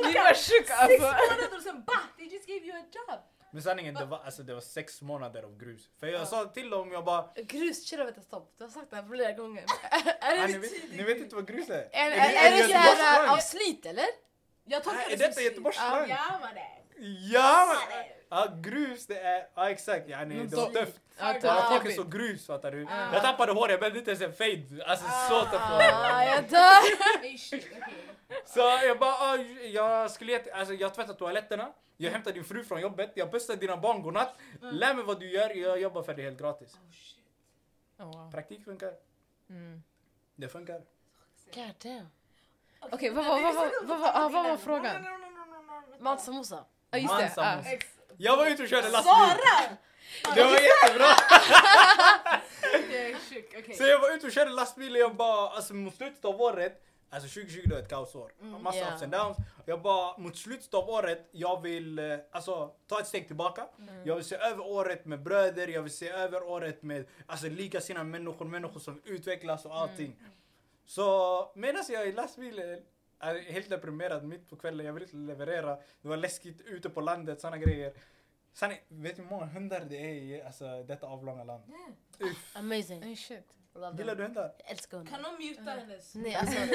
Ni var sjuka
Six
alltså.
månader och sen bah! They just gave you a job!
Men sanningen, det var, alltså, det var sex månader av grus. För jag sa till dem, jag bara,
Grus, chilla vänta stopp. Du har sagt det här flera gånger. är det,
"Ah, ni vet, ni vet inte vad grus är?
är,
det-
är,
är det
det så här
Göteborgsslang?
äh, av slit eller?
Jag tolkar
Nej,
det
är detta
som slit.
Göteborgsslang?
Ja mannen!
Ja! men- Ja, grus det är, ja exakt. Ja, typ. nej, det var
Någon sån-
tufft.
Ja,
Bara
tufft.
folk är så grus fattar du. Jag tappade håret, jag behövde inte ens en fade. Alltså så tufft var det.
Ja, jag dör.
Nej, shit, okej.
Så jag bara, ah, jag skulle jätte- alltså jag tvättar toaletterna, jag hämtar din fru från jobbet, jag pussar dina barn godnatt, lär mig vad du gör, jag jobbar för dig helt gratis.
Oh, wow.
Praktik funkar. Det funkar.
God damn. Okej, vad var- vad var- vad var ah, vad var frågan? Mansa Mosa.
Ja, just det. Ah.
Mansa
Ja.
måste- Jag var ute och körde lastbil.
Sara!
Det var jättebra!
Det är sjukt, okej.
Så jag var ute och körde lastbil och jag bara, alltså mot slutet av året, alltså 2020 det var ett kaosår. Massa
Ja.
ups and downs. Jag bara, mot slutet av året, jag vill eh, alltså ta ett steg tillbaka. Jag vill se över året med bröder, jag vill se över året med alltså likasinnade människor, människor som utvecklas och allting. Så medan jag är i lastbilen, är helt deprimerad mitt på kvällen, jag vill inte leverera. Det var läskigt ute på landet, såna grejer. Sen, vet ni hur många hundar det är i alltså, detta avlånga land? Uff.
Amazing.
Oh, shit.
Love
Gillar
them.
du hundar?
Jag älskar hundar.
Kan de muta hennes?
Nej alltså, jag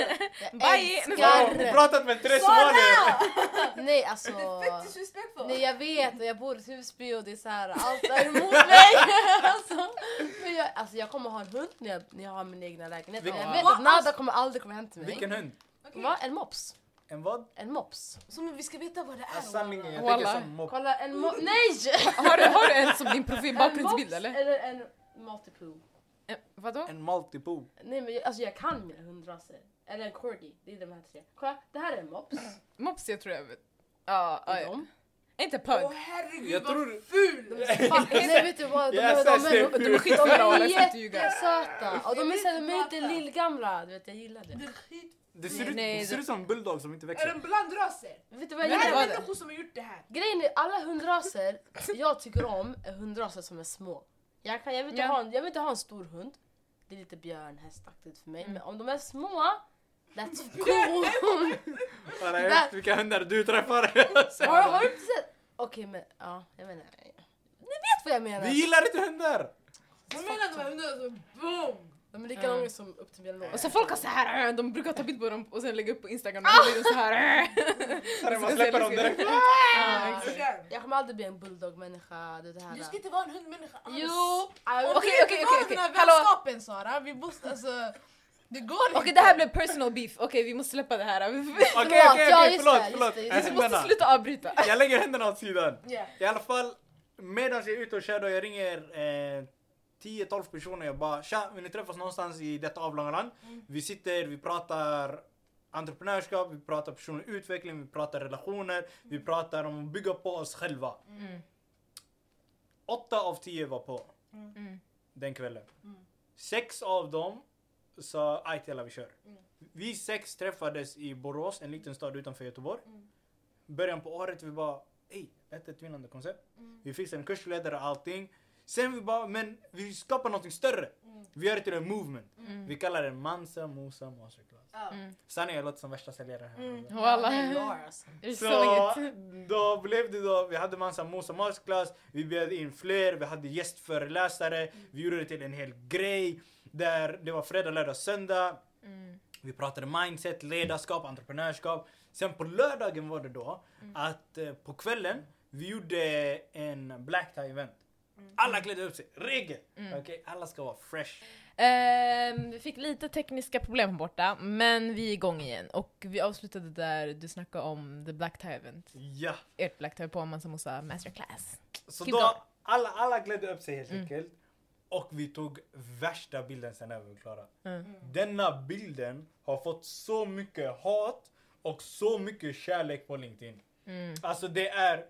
Bye!
Wow, hon
älskar...
pratat med tre somalier!
Nej alltså...
Fett disrespectful!
Nej jag vet och jag bor i Husby och det är så här, allt är emot mig. alltså, men jag, alltså jag kommer ha en hund när jag, när jag har min egna lägenhet. Men jag
Vilken-
vet
Vad?
att Nada kommer aldrig komma hem till mig.
Vilken hund?
Okej.
Va? En mops.
En vad?
En mops.
Som vi ska veta vad det är.
Alltså, sanningen, jag
Walla.
tänker som mopp.
Kolla en mops. Nej!
Har du, har du en som din profil
En
bakgrundsbild
mops
eller?
eller en multipoo.
Eh, Vadå?
En multipo.
Nej men jag, alltså jag kan mina hundraser. Eller en corgi. Det är de här tre. Kolla, det här är en mops.
Mops jag tror jag vet. Ja, ja, ja.
De.
Är inte pug?
Åh herregud
Jag
vad
tror-
ful!
Fan, nej vet du vad, de,
Jag
är- de,
ser-
är-
ser-
de,
De är
de
skitfula och
är
ledsna att ljuga.
jättesöta. Och de är, så här- de är inte lillgamla. Du vet jag gillar det.
Det är skit...
Det ser, ut,
Nej,
det ser
det-
ut som en bulldog som inte
Är de
växer.
blandraser?
Vet du vad
Det
jag
Nej,
här
gillar?
vad
är
det?
människor som har gjort det här.
Grejen är alla hundraser jag tycker om är hundraser som är små. Jag, kan, jag, vill inte
Ja.
ha en, jag vill inte ha en stor hund. Det är lite björnhästaktigt för mig.
Mm.
Men om de är små, that's cool.
Alla, jag vet vilka hundar du träffar.
har, har du inte sett? Okej men ja, jag menar. Ni vet vad jag menar.
Vi gillar inte hundar!
Hon menar de här hundarna som boom!
De är lika långa som upp till mina lår.
Och så folk har så här, äh, de brukar ta bild på dem och sen lägga upp på Instagram. Och så är de så här. äh.
Sorry, man släpper dem direkt.
Ja.
Sådär.
Jag kommer aldrig bli en bulldogmänniska. Du, det här.
Du ska inte vara en hundmänniska alls.
Jo!
Okej
Okej, okej, okej, okej.
Den här
Hallå.
vänskapen Sara, vi måste alltså... Det går
Okej det här blev personal beef, okej vi måste släppa det här. Vi
Okej, okej,
ja,
okej,
just
förlåt,
det,
förlåt.
just det, just det.
måste
Hundarna.
sluta avbryta.
Jag lägger händerna åt sidan.
Ja.
I alla fall, medan jag är ute och kör då, jag ringer eh, 10-12 personer. Jag bara tja, vill ni träffas någonstans i detta avlånga land? Vi sitter, vi pratar entreprenörskap, vi pratar personlig utveckling, vi pratar relationer, vi pratar om att bygga på oss själva. Åtta av tio var på den kvällen. Sex av dem sa aj till alla vi kör. Vi sex träffades i Borås, en liten stad utanför Göteborg. Början på året vi bara, ey, detta är ett vinnande koncept. Vi fixar en kursledare och allting. Sen vi bara, men vi skapar någonting större. Vi gör det till en movement. Vi kallar det Mansa Musa Masterclass.
Ja.
Sanna jag låter som värsta säljaren här.
Walla. You're
Så
selling it.
då blev det då, vi hade Mansa Musa Masterclass, vi bjöd in fler, vi hade gästföreläsare, vi gjorde det till en hel grej. Där det var fredag, lördag, söndag. Vi pratade mindset, ledarskap, entreprenörskap. Sen på lördagen var det då att eh, på kvällen vi gjorde en black tie event. Alla klädde upp sig, regel! Okej, alla ska vara fresh.
Ehm, vi fick lite tekniska problem här borta, men vi är igång igen. Och vi avslutade där du snackade om the black tie event.
Ja.
Ert black tie på Mansa Musa masterclass.
Så
Keep
då,
going. Mm.
alla, alla klädde upp sig helt enkelt. Och vi tog värsta bilden sen när vi var klara. Denna bilden har fått så mycket hat och så mycket kärlek på LinkedIn.
Mm.
Alltså det är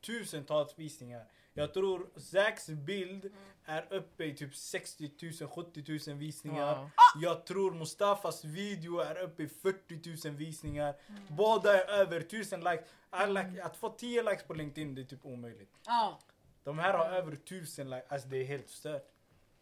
tiotusentals visningar. Jag tror Zachs bild är uppe i typ 60 000, 70 000 visningar.
Wow.
Jag tror Mustafas video är uppe i 40 000 visningar.
Mm.
Båda är över 1000 likes. Alla, Att få 10 likes på LinkedIn det är typ omöjligt.
Ja.
De här har över tusen likes, alltså det är helt stört.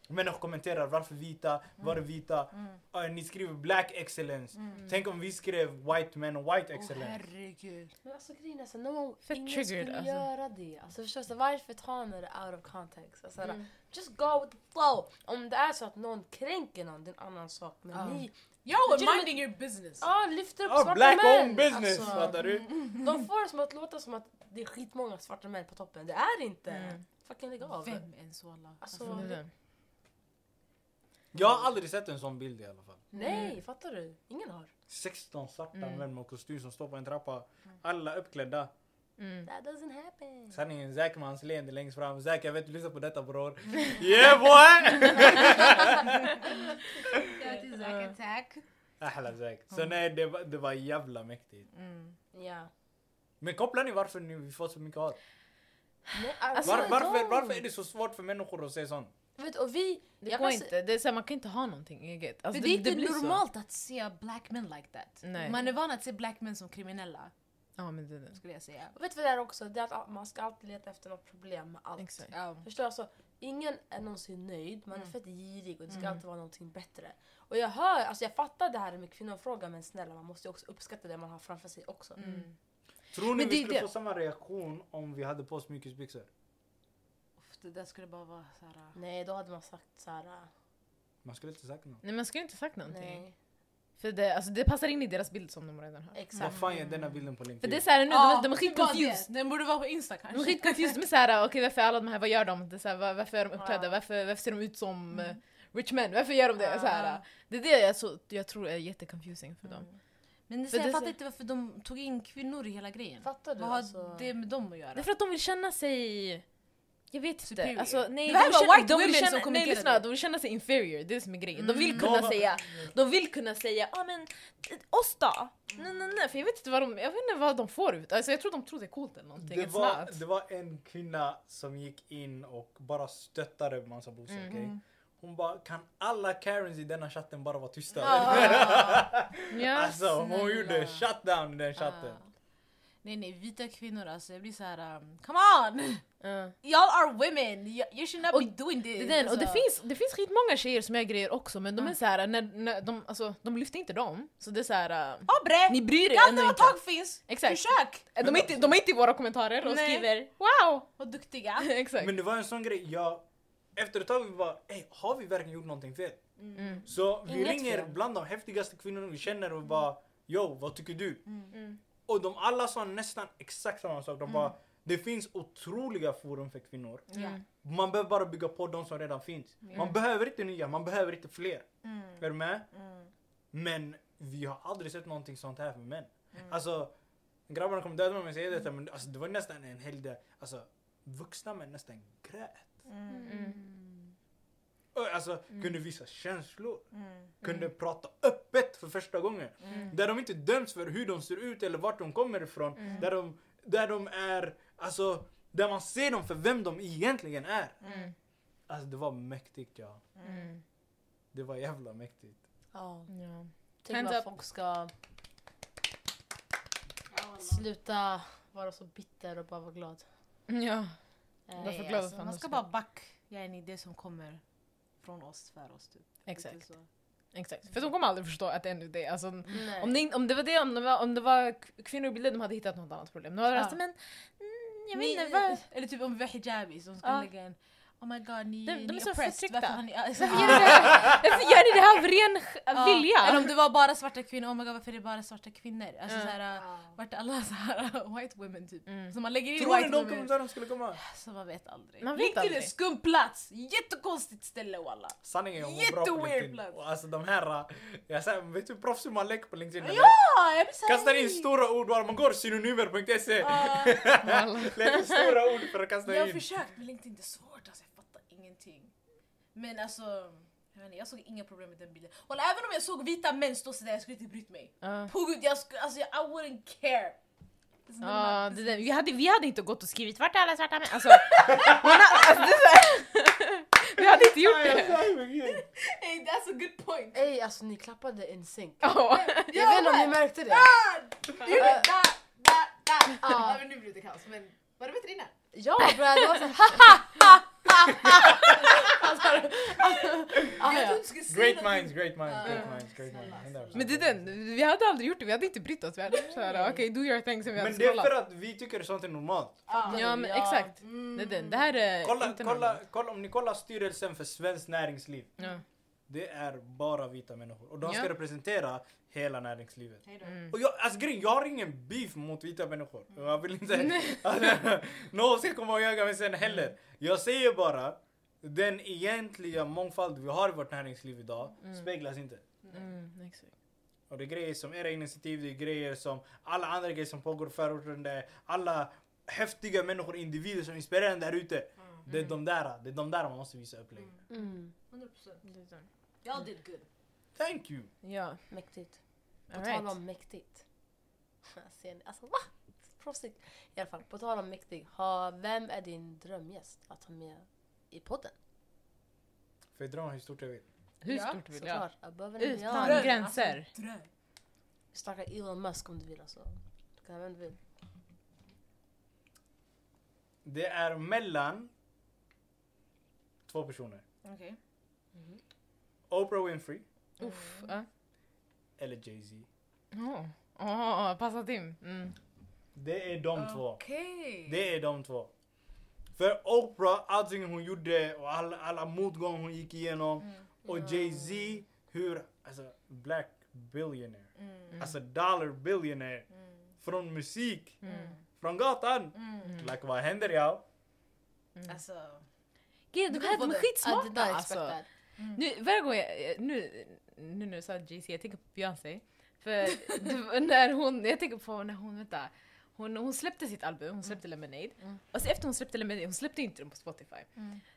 Människor kommenterar varför vita,
Mm.
var är vita? Ah, ni skriver black excellence.
Mm.
Tänk om vi skrev white men och white excellence.
herregud.
Men alltså grejen är så, någon gång,
Fett
ingen
triggered,
skulle
alltså.
göra det. Alltså förstår du, så varför tar ni det out of context? Alltså,
Mm.
Just go with the flow. Om det är så att någon kränker någon, det är en annan sak. Men
Ah.
ni
Yo, and
Legitimate-
minding your business.
ah, lyfter upp
ah,
svarta
black
män!
owned business!
Alltså,
Fattar du?
de får det som att låta som att det är skitmånga svarta män på toppen. Det är det inte.
Mm.
Fucking lägg av.
Vem är en så lav?
Alltså,
Mm.
Jag har aldrig sett en sån bild i alla fall.
nej, fattar du? Ingen har.
16 svarta
Mm.
män med kostym som står på en trappa. Alla uppklädda.
Mm.
That doesn't happen.
Sanningen, Zack med hans leende längst fram. Zack jag vet du lyssnar på detta bror.
Mm.
Yeah boy! Ahla Zack. Så
Mm.
nej det var, det var jävla mäktigt.
Ja.
Men kopplar ni varför ni vi får så mycket hat?
Nej, alltså,
Var, varför,
de-
varför är det så svårt för människor att säga sånt?
Vet, du, och vi...
Det
jag
går
kan se-
inte. Det är så här, man kan inte ha någonting eget. Alltså,
För det är inte
blir så.
normalt att se black men like that.
Nej.
Man är van att se black men som kriminella,
Ja, men det, det.
skulle jag säga.
Och vet du vad det är också? Det är att man ska alltid leta efter något problem med allt.
Exakt. Mm.
Ja.
Förstår du? Alltså, ingen är någonsin nöjd, man är fett girig och det ska
Mm.
alltid vara någonting bättre. Och jag hör, alltså jag fattar det här med kvinnofrågan men snälla man måste ju också uppskatta det man har framför sig också.
Mm.
Tror ni
Men
vi
det är
skulle
det-
få samma reaktion om vi hade på oss mjukisbyxor?
Uff, Det där skulle bara vara äh. såhär...
Nej, då hade man sagt så här. äh,
Man skulle inte sagt något.
Nej, man skulle inte sagt någonting.
nej.
För det, alltså, det passar in i deras bild som de redan har.
Vad
Exakt.
fan är denna bilden på
För
LinkedIn?
det är såhär nu, de, de är Mm. skitconfused.
Den borde vara på Insta
De är
kanske.
skitconfused. De är såhär, okej varför är alla de här, vad gör de? Det är så här, var- varför är de uppklädda?
Ja.
Varför, varför ser de ut som
Mm.
eh, rich men? Varför gör de det? Så här, det är det jag, så, jag tror är jätteconfusing för
Mm.
dem.
Men det, är
För
så här,
det är
jag
så-
fattar inte varför de tog in kvinnor i hela grejen.
Fattar du?
Vad har
Alltså,
det med dem att göra?
Det är för att de vill känna sig... Jag vet inte.
Superior.
Alltså, nej,
Det
de
här
vill
var
känna,
white
de vill
women
känna,
som
nej,
kommenterade.
lyssna, de vill känna sig inferior, det är det som är grejen. De vill kunna
Mm.
säga, de vill kunna säga, ja ah, men oss då? Nej nej nej, för jag vet inte vad de, jag vet inte vad de får ut. Alltså, jag tror de tror det är coolt eller någonting.
Det
It's
var,
not.
det var en kvinna som gick in och bara stöttade Mansa Bosa.
Mm.
okej? Hon bara, kan alla Karens i denna chatten bara vara tysta?
Ja.
alltså hon
snälla.
gjorde shutdown i den chatten.
Ah. Nej nej, vita kvinnor alltså. Jag blir såhär, um, come on!
Ja.
Y'all are women! You, you should not
Och
be doing this!
Det, är den, och det,
Alltså,
finns, det finns skitmånga tjejer som gör grejer också men de är såhär, när, när de, alltså, de lyfter inte dem. Så det är såhär, uh,
Abre!
ni bryr er
Galna
ändå
vad
inte.
tag finns!
Exakt.
Försök!
De är, inte, de är inte i våra kommentarer och
Nej.
skriver wow!
Vad duktiga!
Exakt.
Men det var en sån grej, jag, efter ett tag vi bara, "Ey, har vi verkligen gjort någonting fel? Så vi
Inget
ringer
fel.
bland de häftigaste kvinnorna vi känner och bara, yo vad tycker du?
Mm.
Och de alla sa nästan exakt samma sak, de bara, det finns otroliga forum för kvinnor.
Ja.
Man behöver bara bygga på de som redan finns. Man behöver inte nya, man behöver inte fler.
Mm.
Är du med? Men vi har aldrig sett någonting sånt här för män.
Mm.
Alltså, grabbarna kommer döda mig om jag säger detta men alltså, det var nästan en hel del, alltså vuxna män nästan grät.
Mm,
Ö, Alltså kunde visa känslor.
Mm.
Kunde prata öppet för första gången. Där de inte döms för hur de ser ut eller vart de kommer ifrån.
Mm.
Där, de, där de är, alltså där man ser dem för vem de egentligen är.
mm,
Alltså det var mäktigt ja. Det var jävla mäktigt.
Ja.
mm.
Ja.
Tycker
Hands
bara
up.
folk ska sluta vara så bitter och bara vara glad.
ja.
Eh,
Varför
Nej,
glad
alltså,
att
man
han
ska
har
bara back, yani det som kommer från oss, för oss typ. Lite
Exakt. Mm.
så.
Exakt. För de kommer aldrig förstå att det är nu det. Alltså,
Nej.
om, det in- om det var det, om det var, om det var k- kvinnor i bilden, de hade hittat något annat problem. Nu var det
Ja.
alltså, men mm, jag vet
Ni-
inte vad...
Eller typ om vi var hijabis, de skulle
Ja.
lägga en Oh my god, ni,
De- de är
ni
så förtryckta.
Varför har ni... Alltså,
Varför gör ni det här? Varför gör ni det här av ren
ja.
sk- vilja?
Eller om det var bara svarta kvinnor, oh my god varför är det bara svarta kvinnor? Alltså
Ja.
såhär,
Ja.
vart är alla såhär white women typ?
Mm.
Så man lägger in
Tror ni
white
de
women,
kommentarerna skulle komma?
så man vet aldrig.
Man vet
LinkedIn är en
aldrig.
skum plats, jättekonstigt ställe walla.
Sanningen jag mår bra på
Jätteweird
LinkedIn.
plats.
Och Alltså de här, äh, jag säger, vet du hur proffsig man leker på LinkedIn? eller?
Ja, jag blir såhär...
Kastar in stora ord bara, man går synonymer.se. Leker E. stora ord för
jag
att kasta
har
in.
försökt men LinkedIn det är svårt alltså, jag fattar ingenting. Men alltså, jag, vet inte, jag såg inga problem med den bilden. Och även om jag såg vita män stå sådär, jag skulle inte brytt mig.
Ja.
På gud, jag skulle, alltså jag, I wouldn't care. Det är som när
Ja,
man-
det där. Vi, hade, vi hade inte gått och skrivit vart är alla svarta män? Alltså, man har, alltså det är så här. Vi hade inte gjort det.
Hey, that's a good point.
Ey, alltså ni klappade en synk.
Ja.
Jag vet inte om ni märkte det.
Där, där, där.
Ja.
Nej, men nu blir det kaos, men var det bättre innan?
Ja bror, det var så här, alltså, ah,
Jag
ja.
trodde du skulle säga
Great
någonting.
minds, great minds, great minds, great minds.
Men det är den, vi hade aldrig gjort det, vi hade inte brytt oss. Vi hade såhär, okej do your thing sen vi hade
Men det är
scrollat.
för att vi tycker sånt är normalt.
Ja men exakt, det är den. Det här är
Kolla,
inte
kolla,
normalt.
kolla, om ni kollar styrelsen för Svenskt Näringsliv.
Ja.
Det är bara vita människor. Och de ska
Ja. Mm.
representera hela näringslivet.
Hej då.
Och jag, alltså grejen, jag har ingen beef mot vita människor.
Mm.
Jag vill inte... Alltså, någon ska komma och jaga mig sen
Mm.
heller. Jag säger bara, den egentliga mångfald vi har i vårt näringsliv idag speglas inte.
Mm, exakt.
Och det är grejer som era initiativ, det är grejer som alla andra grejer som pågår i förorten, det är alla häftiga människor, individer som inspirerar en där ute. Det är de där, det är de där man måste visa upp längre.
Mm,
100%. Y'all did good.
Thank you!
Ja,
mäktigt. På
alright.
tal om mäktigt. Ser ni? Alltså va? Proffsigt. I alla fall, på tal om mäktig. Ha, vem är din drömgäst att ha med i podden?
Får jag dra hur stort jag vill?
Hur
Ja,
stort vill jag?
Såklart. Above and
Utan
beyond.
gränser.
Dröm.
Vi snackar Elon Musk om du vill alltså. Du kan ha vem du vill.
Det är mellan två personer.
Okej.
Oprah Winfrey
Uff,
Mm.
ja.
eller Jay-Z.
Åh, åh, passat in. Mm.
Det är de två.
Okej.
Det är de två. För Oprah, allting hon gjorde och all, alla motgångar hon gick igenom.
Mm.
Och Jay-Z, hur, alltså black billionaire.
Mm.
Alltså dollar billionaire. Från musik.
Mm.
Från gatan. Like vad händer jag?
Alltså,
Gud,
Du
de
kan
här de
få
är
det.
Ah, det
skitsmarta
där är
alltså.
expert.
Nu, varje gång jag, nu, nu när du sa JC, jag tänker på Beyoncé. För det var när hon, jag tänker på när hon, vänta. Hon, hon släppte sitt album, hon släppte Lemonade. Och sen efter hon släppte Lemonade, hon släppte inte den på Spotify.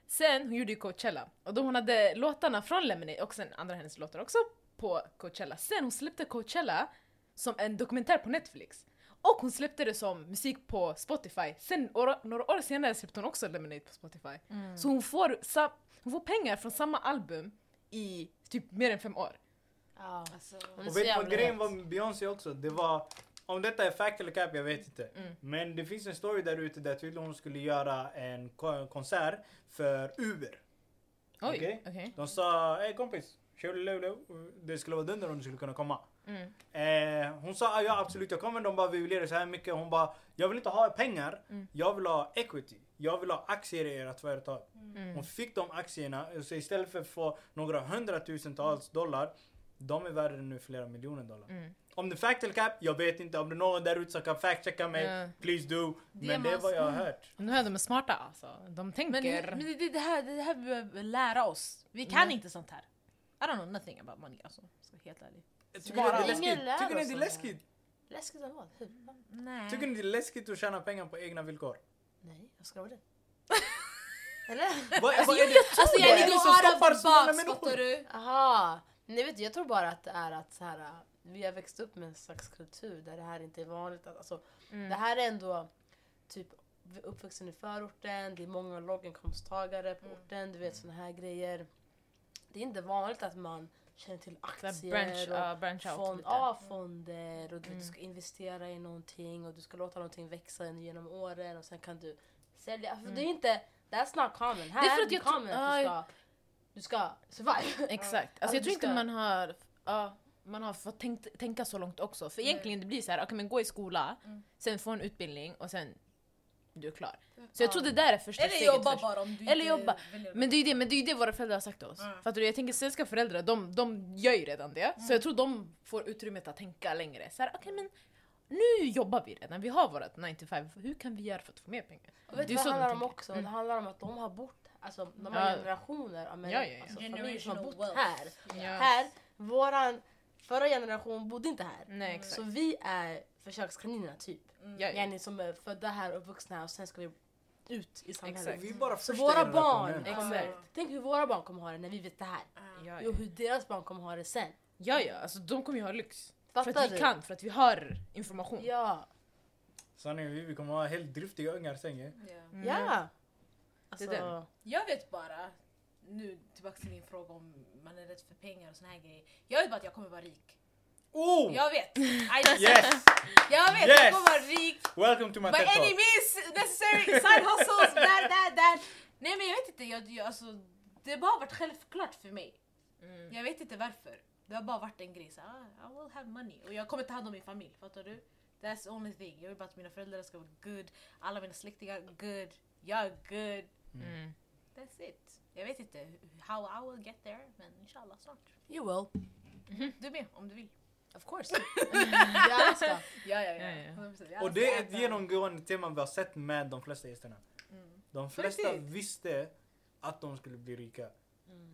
Sen hon gjorde ju Coachella. Och då hon hade låtarna från Lemonade och sen andra hennes låtar också på Coachella. Sen hon släppte Coachella som en dokumentär på Netflix. Och hon släppte det som musik på Spotify. Sen år, några år senare släppte hon också Lemonade på Spotify.
Mm.
Så hon får, sa, hon får pengar från samma album i typ mer än fem år.
Ja.
alltså.
Hon är
Och
så
vet du vad
jävla
grejen
het.
var med Beyoncé också? Det var, om detta är fact eller cap, jag vet inte.
Mm.
Men det finns en story där ute där tydligen hon skulle göra en ko- konsert för Uber.
Oj,
Okej.
okej.
De sa, hej kompis, kör till Luleå. Det skulle vara dunder om du skulle kunna komma.
Mm.
Eh, hon sa, "Ah, ja absolut jag kommer. De bara, vi vill ge dig så här mycket. Hon bara, jag vill inte ha pengar.
Mm.
Jag vill ha equity. Jag vill ha aktier i ert företag.
Mm.
Hon fick de aktierna. Så istället för att få några hundratusentals dollar. De är värda nu flera miljoner dollar.
Mm.
Om det är fact eller cap, jag vet inte. Om det är någon där ute som kan factchecka mig,
Ja.
please do. Men det
man-
är vad jag har hört.
Nu är de smarta alltså. De
Men,
tänker.
men det, det, här, det här vi behöver lära oss. Vi kan inte sånt här. I don't know nothing about money alltså. Ska jag vara helt ärlig.
Tycker ni det är
Ingen
läskigt?
lär
Tycker ni
oss
det är
om
läskigt?
Läskigt som vad? Hur? Va?
Nej.
Tycker ni det är läskigt att tjäna pengar på egna villkor?
Nej, jag ska vara det. Eller?
Vad, vad är det?
Alltså
Vad
jag
är
ligger
det
och
som
har
stoppar
av
så många
box,
människor?
fattar du?
Aha. Nej vet du, jag tror bara att det är att så här, äh, vi har växt upp med en slags kultur där det här inte är vanligt. Att, alltså,
Mm.
Det här är ändå typ vi är uppvuxen i förorten, det är många låginkomsttagare
Mm.
på orten, du vet såna här grejer. Det är inte vanligt att man känner till aktier
branch,
och
ja, branch out
fond,
lite. Mm.
ja, fonder och du, vet, du ska investera i någonting och du ska låta någonting växa in genom åren och sen kan du sälja. För det är inte, that's not common. Här
Mm. Det
det
är
är
för att jag
common
tror-
att du
aj.
ska, du ska survive.
Exakt. Alltså,
Alltså, du
jag tror inte
ska-
man har, ja, man har fått tänkt, tänka så långt också. För egentligen det blir så här, okej men gå i skola,
Mm.
sen få en utbildning och sen du är klar. Så jag tror det där är första
Eller
steget
jobba
först.
bara om du
Eller
inte
jobba.
väljer
Men det är ju det, men det, är ju det våra föräldrar har sagt till
Mm.
oss. Fattar du? Jag tänker svenska föräldrar, de, de gör ju redan det. Så jag tror de får utrymmet att tänka längre. Så här, okej men nu jobbar vi redan, vi har vårt 9 to 5, hur kan vi göra för att få mer pengar?
Och vet du
Det är
vad
så
det
de
handlar om
tänker.
också? Det handlar om att de har bott, alltså de har
Ja.
generationer av
Ja, ja,
människor,
ja.
alltså familjer som har
Generational
bott
wealth.
här.
Ja.
Här, våran förra generation bodde inte här. Mm.
Nej exakt.
Så vi är försökskaninerna typ.
Ja, ja.
Yani som är födda här och vuxna här och sen ska vi ut i samhället.
Exakt.
Vi är bara
Så
första
våra barn
generationen.
kommer,
Exakt.
tänk hur våra barn kommer ha det när vi vet det här.
Ja,
Och
ja.
hur deras barn kommer ha det sen.
ja, ja. Alltså, de kommer ju ha lyx. för
Fattar
att vi
du?
kan, för att vi har information.
Ja.
Sanningen, vi, vi kommer ha helt driftiga ungar sen ju.
Ja.
Ja.
Mm. Det är
Alltså,
den.
Jag vet bara, nu tillbaka till min fråga om man är rädd för pengar och såna här grejer. Jag vet bara att jag kommer vara rik.
Oh!
Jag vet. I just,
Yes!
Jag vet,
Yes.
jag kommer vara rik.
Welcome to my
By
TED
any
talk.
means necessary, side hustles, där, där, där. Nej men jag vet inte, jag, jag, alltså, det har bara varit självklart för mig.
Mm.
Jag vet inte varför. Det har bara varit en grej, så, ah, I will have money. Och jag kommer ta hand om min familj, fattar du? That's the only thing. Jag vill bara att mina föräldrar ska vara good, alla mina släktingar är good, jag är good.
Mm.
That's it. Jag vet inte hur- how I will get there, men inshallah snart.
You will.
Du med, om du vill.
Of course. Jag älskar.
Ja, ja, ja.
Ja, ja.
100%. Jag
Och det är
älskar
ett
att-
genomgående tema vi har sett med de flesta gästerna. De flesta
Precis.
visste att de skulle bli rika.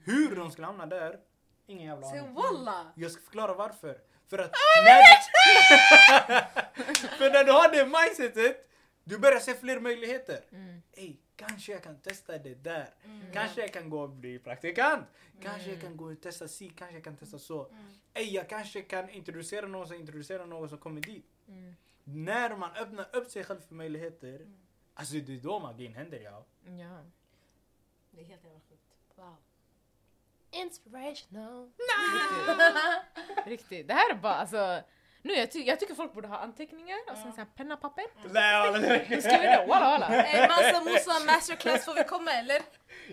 Hur de skulle hamna där, ingen jävla
Så
aning.
walla!
Jag ska förklara varför. För att när... För när du har det mindsetet, du börjar se fler möjligheter.
Mm.
Ey, kanske jag kan testa det där. Kanske jag kan gå och bli praktikant. Kanske jag kan gå och testa si, kanske jag kan testa så. Ey, jag kanske kan introducera någon som introducerar någon som kommer dit. När man öppnar upp sig själv för möjligheter, alltså det är då magin händer ja.
Ja.
Det är helt jävla sjukt. Wow. Inspirational.
Riktigt. Det här är bara alltså... Nu, jag, ty- jag tycker folk borde ha anteckningar och sen så här penna, papper. Nu skriver du, walla walla.
Eh, Mansa Musa masterclass, får vi komma eller?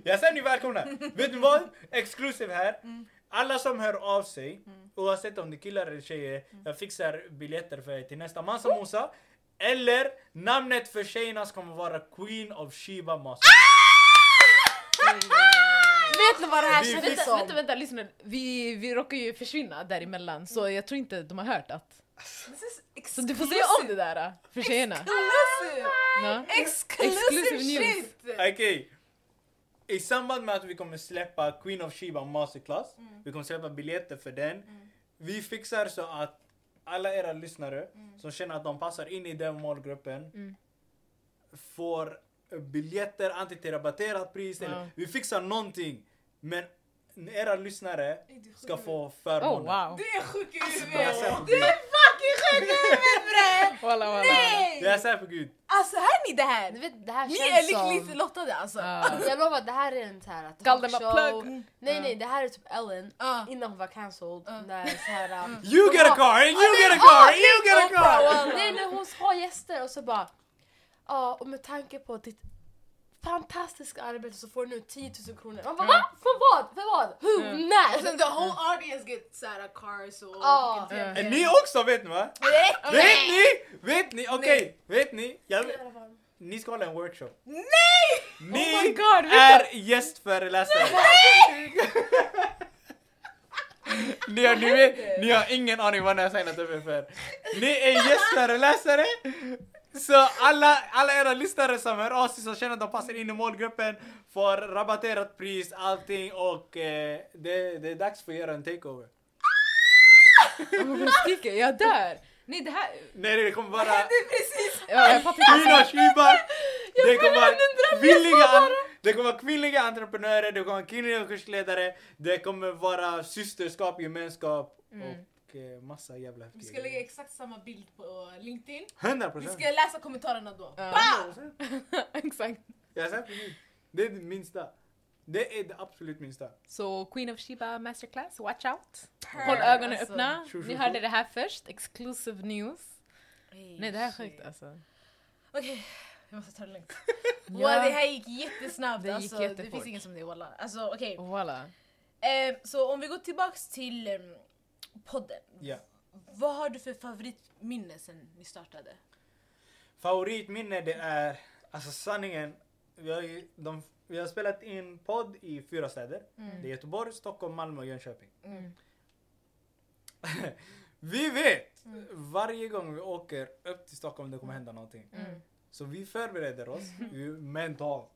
Jag säger ni välkomna! Vet ni vad? Exclusive här.
Mm.
Alla som hör av sig, oavsett om det är killar eller tjejer,
Mm.
jag fixar biljetter för er till nästa Mansa Mosa. Eller namnet för tjejerna ska vara Queen of Shiba Master.
Ah!
Vet ni vad det här
Vi
känns
Vänta,
som?
vänta, vänta, lyssna. Vi, vi råkar ju försvinna däremellan så
Mm.
jag tror inte de har hört att... Så du får säga om det där äh, för tjejerna.
Exclusive!
Ja.
Exclusive,
Exclusive news.
shit!
Okej. I samband med att vi kommer släppa Queen of Sheba Masterclass,
Mm.
vi kommer släppa biljetter för den. Vi fixar så att alla era lyssnare
Mm.
som känner att de passar in i den målgruppen får biljetter, antingen till rabatterat pris eller
Ja.
vi fixar någonting. Men era lyssnare ska få Alltså, förmånen.
Oh wow.
Du är sjuk i
Det är
huvudet!
så här för Gud.
Fucking sjuk i huvudet bre!
Walla, walla.
Det
Nej!
är så här för Gud.
Alltså hör ni det här?
Du vet, det här
Ni
känns
är lyckligt
som...
lottade alltså.
Ja.
Jag lovar, det här är en så här
Galden bara,
talkshow. Mm.
plug.
Nej
Mm.
nej, det här är typ Ellen
Ja.
innan hon var cancelled.
Mm.
När så här, um,
You
de
get a
har-
car, and you
Alltså,
Ja,
get
nej,
a car,
ja,
and you get a
oh,
Mm.
car!
Nej nej, hon har gäster och så bara Ja, och med tanke på ditt fantastiska arbete så får du nu 10 000 kronor.
Mm.
Man bara va? För vad? För vad? Who?
Och
När? Alltså,
sen Alltså, the whole audience get såhär cars och...
Ja.
vilken
Eh,
tv.
Ni också vet ni va? Vet ni? Vet ni? Okej, vet ni? Jag,
Mm.
ni ska hålla en workshop. Ni
my God, vänta.
är gästföreläsare. ni, har, ni, vet, ni har ingen aning vad ni har signat upp er för. Ni är gästföreläsare. Så alla, alla era lyssnare som hör av sig som känner att de passar in i målgruppen får rabatterat pris, allting och eh, det, det är dags för att göra en takeover.
Hon skriker, jag dör. Nej det här...
Nej det kommer bara...
Ja, jag fattar inte.
Kvinnor tjuvar! Det kommer vara kvinnliga, det kommer vara kvinnliga entreprenörer, det kommer vara kvinnliga kursledare, det kommer vara systerskap, gemenskap och eh, massa jävla
Vi ska lägga exakt samma bild på LinkedIn.
100
Vi
procent!
ska läsa kommentarerna då.
Ja. Exakt.
Jag har sagt det nu. Det är det minsta. Det är det absolut minsta.
Så Queen of Sheba masterclass, watch out. Håll ögonen öppna.
Tjo, tjo,
Ni
tjo.
hörde det här först, exclusive news. Nej det här är sjukt alltså.
Okej, vi måste ta det lugnt.
Ja.
Wow, det här gick jättesnabbt.
Det
Det,
gick
alltså, det
jättefort.
finns ingen som det, wallah. Alltså, okej.
Voilà.
Eh, så om vi går tillbaks till ehm, podden.
Ja.
Vad har du för favoritminne sen ni startade?
Favoritminne det är, alltså sanningen, vi har, ju, de, vi har spelat in podd i fyra städer. Det är Göteborg, Stockholm, Malmö och Jönköping. vi vet! Varje gång vi åker upp till Stockholm det kommer hända någonting. Så vi förbereder oss vi, mentalt.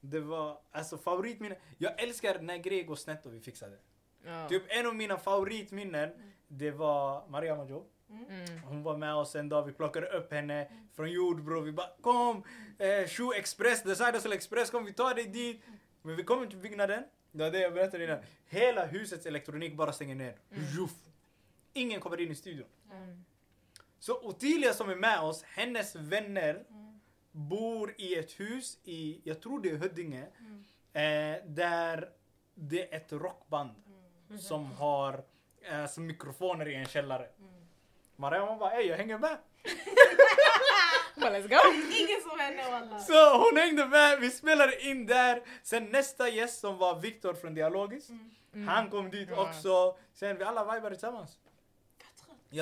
Det var alltså favoritminne. Jag älskar när grejer går snett och vi fixar det.
Ja.
Typ en av mina favoritminnen, det var Maria Maggio.
Mm.
Hon var med oss en dag, vi plockade upp henne från Jordbro. Vi bara kom! Eh, Shu Express, Designers Express, kom vi tar dig dit!
Mm.
Men vi kommer till byggnaden, det var det jag berättade innan. Hela husets elektronik bara stänger ner.
Mm.
Juff. Ingen kommer in i studion. Så Ottilia som är med oss, hennes vänner
Mm.
bor i ett hus i, jag tror det är Huddinge,
Mm. Mm.
eh, där det är ett rockband som har alltså, mikrofoner i en källare. Mariam hon bara ey jag hänger med.
Bara let's go!
Ingen som henne wallah.
Så hon hängde med, vi spelade in där. Sen nästa gäst som var Viktor från Dialogis. Han kom dit också. Sen vi alla vibade tillsammans.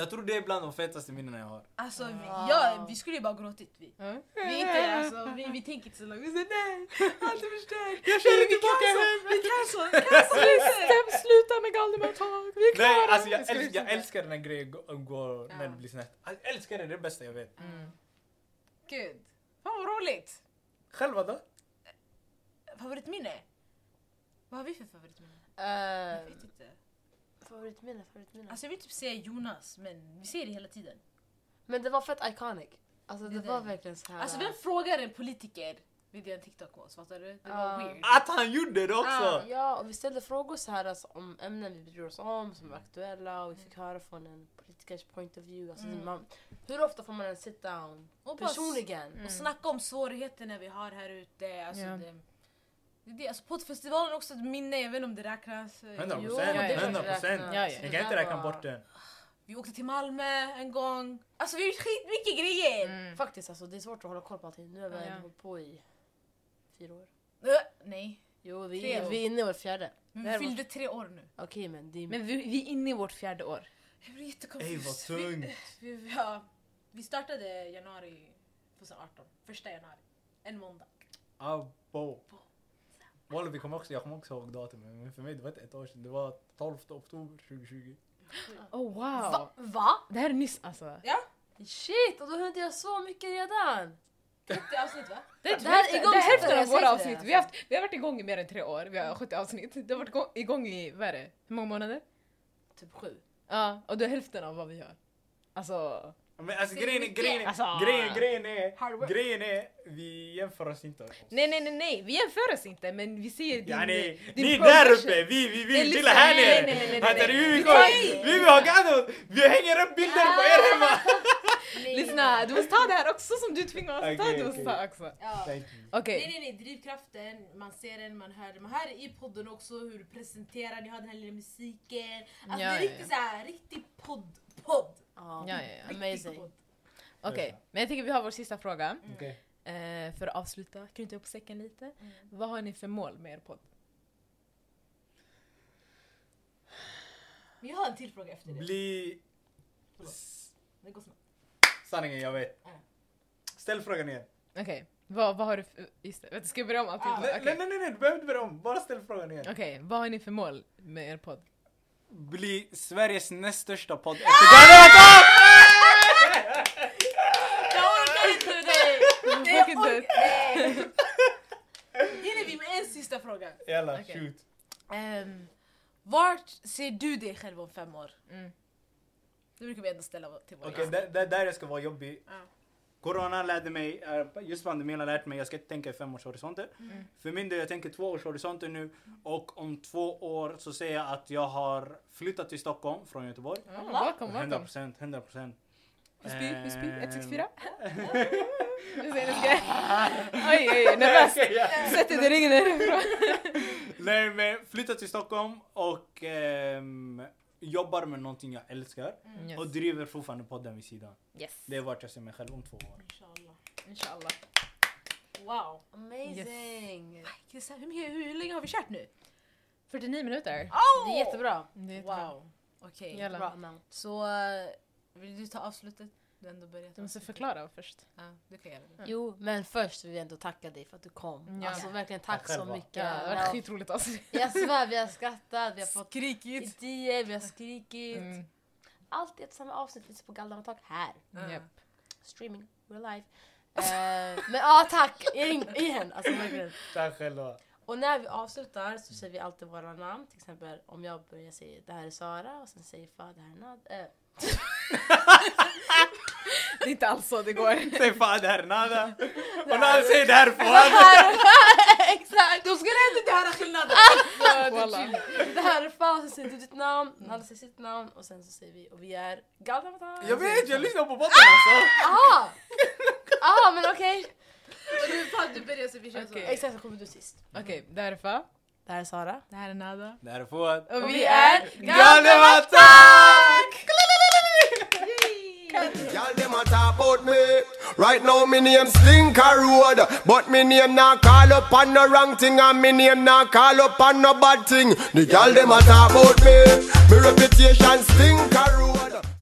Jag tror det är bland de fetaste minnena jag har.
Alltså vi,
Ah.
ja, vi skulle ju bara gråtit vi.
Mm.
Vi, är inte, alltså, vi, vi tänker inte så långt. Vi säger nej, allt är förstört.
Jag känner tillbaka hem!
Vi cancel, cancel inte!
Stäm, sluta med galdementag! Vi är
Nej,
klara!
alltså jag,
Ska vi
älskar, jag
sluta?
älskar när grejer går, går när det blir snett. Jag älskar det, det är det bästa jag vet.
Gud, fan vad roligt.
Själva då?
Favoritminne? Vad har vi för favoritminne? Jag vet inte.
Eh, Favoritminne, favoritminne.
Alltså jag vill typ säga Jonas, men vi ser det hela tiden.
Men det var fett iconic. Alltså det,
Det
var
där.
verkligen så här.
Alltså vem frågar en politiker? Vill göra en TikTok med oss, fattar du? Det var
Ja.
weird.
Att han gjorde det också!
Ja, och vi ställde frågor så här alltså, om ämnen vi bryr oss om, som är aktuella och vi fick höra från en politikers point of view. Alltså, man, hur ofta får man en sit down?
Och bara s-
Personligen.
Och snacka om svårigheterna vi har här ute. Alltså,
Ja.
det, det, är det, alltså poddfestivalen också ett minne, jag vet inte om det räknas.
100
Jo,
procent,
det är
100
klart det
procent.
räknas.
Ja, ja.
Ni kan inte räkna bort den.
Vi åkte till Malmö en gång. Alltså vi har gjort skitmycket grejer!
Mm.
Faktiskt alltså, det är svårt att hålla koll på allting. Nu har vi
Ja, ja.
hållit på i fyra år.
Ö, nej,
Jo, vi,
Tre
är-
år.
vi är inne i vår fjärde.
men
Det här
vi fyllde tre år nu.
Okej, men det är...
Men vi, vi är inne i vårt fjärde år.
Jag blir
Ej
jättekonstig.
vad tungt!
Vi, vi, ja, vi startade januari 2018, första januari. En måndag.
Abo. Walla vi kommer också, jag kommer också ihåg datumet men för mig det var inte ett år sedan, det var 12 oktober 2020.
Oh wow!
Va? Va?
Det här är nyss alltså.
Shit, och då har inte jag så mycket redan!
30 avsnitt va?
Det är,
Det här är
hälften-
igång-
det är hälften av
jag säger
våra
det,
avsnitt. Vi, har haft, vi har varit igång i mer än tre år. Vi har 70 avsnitt. Det har varit igång- igång i, vad är det, hur många månader?
Typ sju.
Ja, och det är hälften av vad vi gör. Alltså,
Men alltså
Det är
grejen är,
mycket.
grejen är,
Alltså.
grejen, grejen
Hard
är,
work.
grejen är, vi jämför oss inte.
nej nej nej nej, vi jämför oss inte men vi ser din,
Ja, ni,
din
ni är
progression.
där uppe, vi, vi
Det är
vill
liksom-
chilla här
nej, nej, nej, nej,
nere! Fattar du?
nej.
Vi
Vi
vill
tar
gå-
i.
Vi vill ha gaddot! Vi hänger upp bilder på er hemma!
Lyssna, du måste ta det här också som du tvingar oss att ta.
Okej,
Du måste
okej.
ta också.
Ja.
Thank you.
Nej
Okej.
nej nej, drivkraften, man ser den, man hör den. Man hör i podden också hur du presenterar, ni har den här lilla musiken. Alltså
Ja,
det
ja,
är
ja.
riktigt såhär, riktig podd. Podd.
Ja,
Ja, ja, ja.
Riktig
amazing.
podd.
Okej, men jag tänker vi har vår sista fråga.
Okej.
Eh, för att avsluta, knyta upp säcken lite.
Mm.
Vad har ni för mål med er podd?
Men jag har en till fråga efter det.
Bli...
Det går snabbt.
Sanningen, jag vet.
Ja.
Ställ frågan igen.
Okej, vad, vad har du för... Just det, vänta, ska jag börja om allting?
Ah.
Okej,
Nej, nej, nej, nej, du behöver inte börja om. Bara ställ frågan igen.
Okej, vad har ni för mål med er podd?
Bli Sveriges näst största podd efter Gardematop!
Det är okej.
Hinner vi med en sista fråga?
Jalla,
Okej.
shoot.
Ehm, vart ser du dig själv om fem år?
Mm.
Det brukar vi ändå ställa till våra
Okej, där- där där jag ska vara jobbig.
Ja.
Corona lärde mig, eh, just pandemin har lärt mig, jag ska inte tänka i femårshorisonter. För min del, jag tänker tvåårshorisonter nu. Och om två år så säger jag att jag har flyttat till Stockholm från Göteborg.
Oh, welcome,
100
welcome.
procent, 100 procent. Ehm.
Husby, Husby, 164. Nu säger jag ska- Oj, oj, oj, nervös. Sättet det ringer nerifrån.
Nej men flyttat till Stockholm och ehm, jobbar med någonting jag älskar. Och
Yes.
driver fortfarande podden vid sidan.
yes,
Det är vart jag ser mig själv om två år.
Inshallah.
inshallah.
Wow.
Amazing!
Det är så här, Hur, mycket- hur länge har vi kört nu?
49 minuter.
Oh!
Det är jättebra.
Det är jättebra.
Wow. Okej.
Jävlar.
Bra amount.
Så eh, vill du ta avslutet? Du har ändå börjat.
Du måste förklara först.
Ja, du kan göra det.
Jo, men först vill jag ändå tacka dig för att du kom.
Ja.
Alltså verkligen tack
Tack
så
själva.
Ja,
mycket.
det var skitroligt avsnitt.
Jag svär, vi har skrattat, vi har fått
Skrikigt.
idéer, vi har skrikit.
Mm.
Allt i ett samma avsnitt finns på Galdan Tak här.
Ja.
Japp.
Streaming, we're live. Eh, men ja, tack! Igen, igen. Alltså, verkligen.
Tack själva.
Och när vi avslutar så säger vi alltid våra namn. Till exempel om jag börjar säga det här är Sara och sen säger Fa det här är Nad. eh,
Det är inte alls så det går.
Säg fan det här är nada. Och när jag säger det här är fan.
Exakt!
Då ska det inte det här är skillnaden!
Voilà.
Det här är Fa och sen säger du ditt namn,
Mm.
Nadda säger sitt namn och sen så säger vi och vi är Galdan Tak.
Jag vet, jag lyssnar på podden alltså.
Aha! Aha Ah, men okej.
Du, fan, du börjar så vi kör
Okej.
så.
Exakt så kommer du sist.
Okej, därför.
Det här är Sara.
Det här är Nada.
Det här är Fouad.
Och vi
är
Galna Attack!
Y'all dem a talk about me. Right now me name Slinker Road, but me name not call up on no wrong thing, and me name not call up on no bad thing. The y'all dem a talk about me. Me reputation Slinker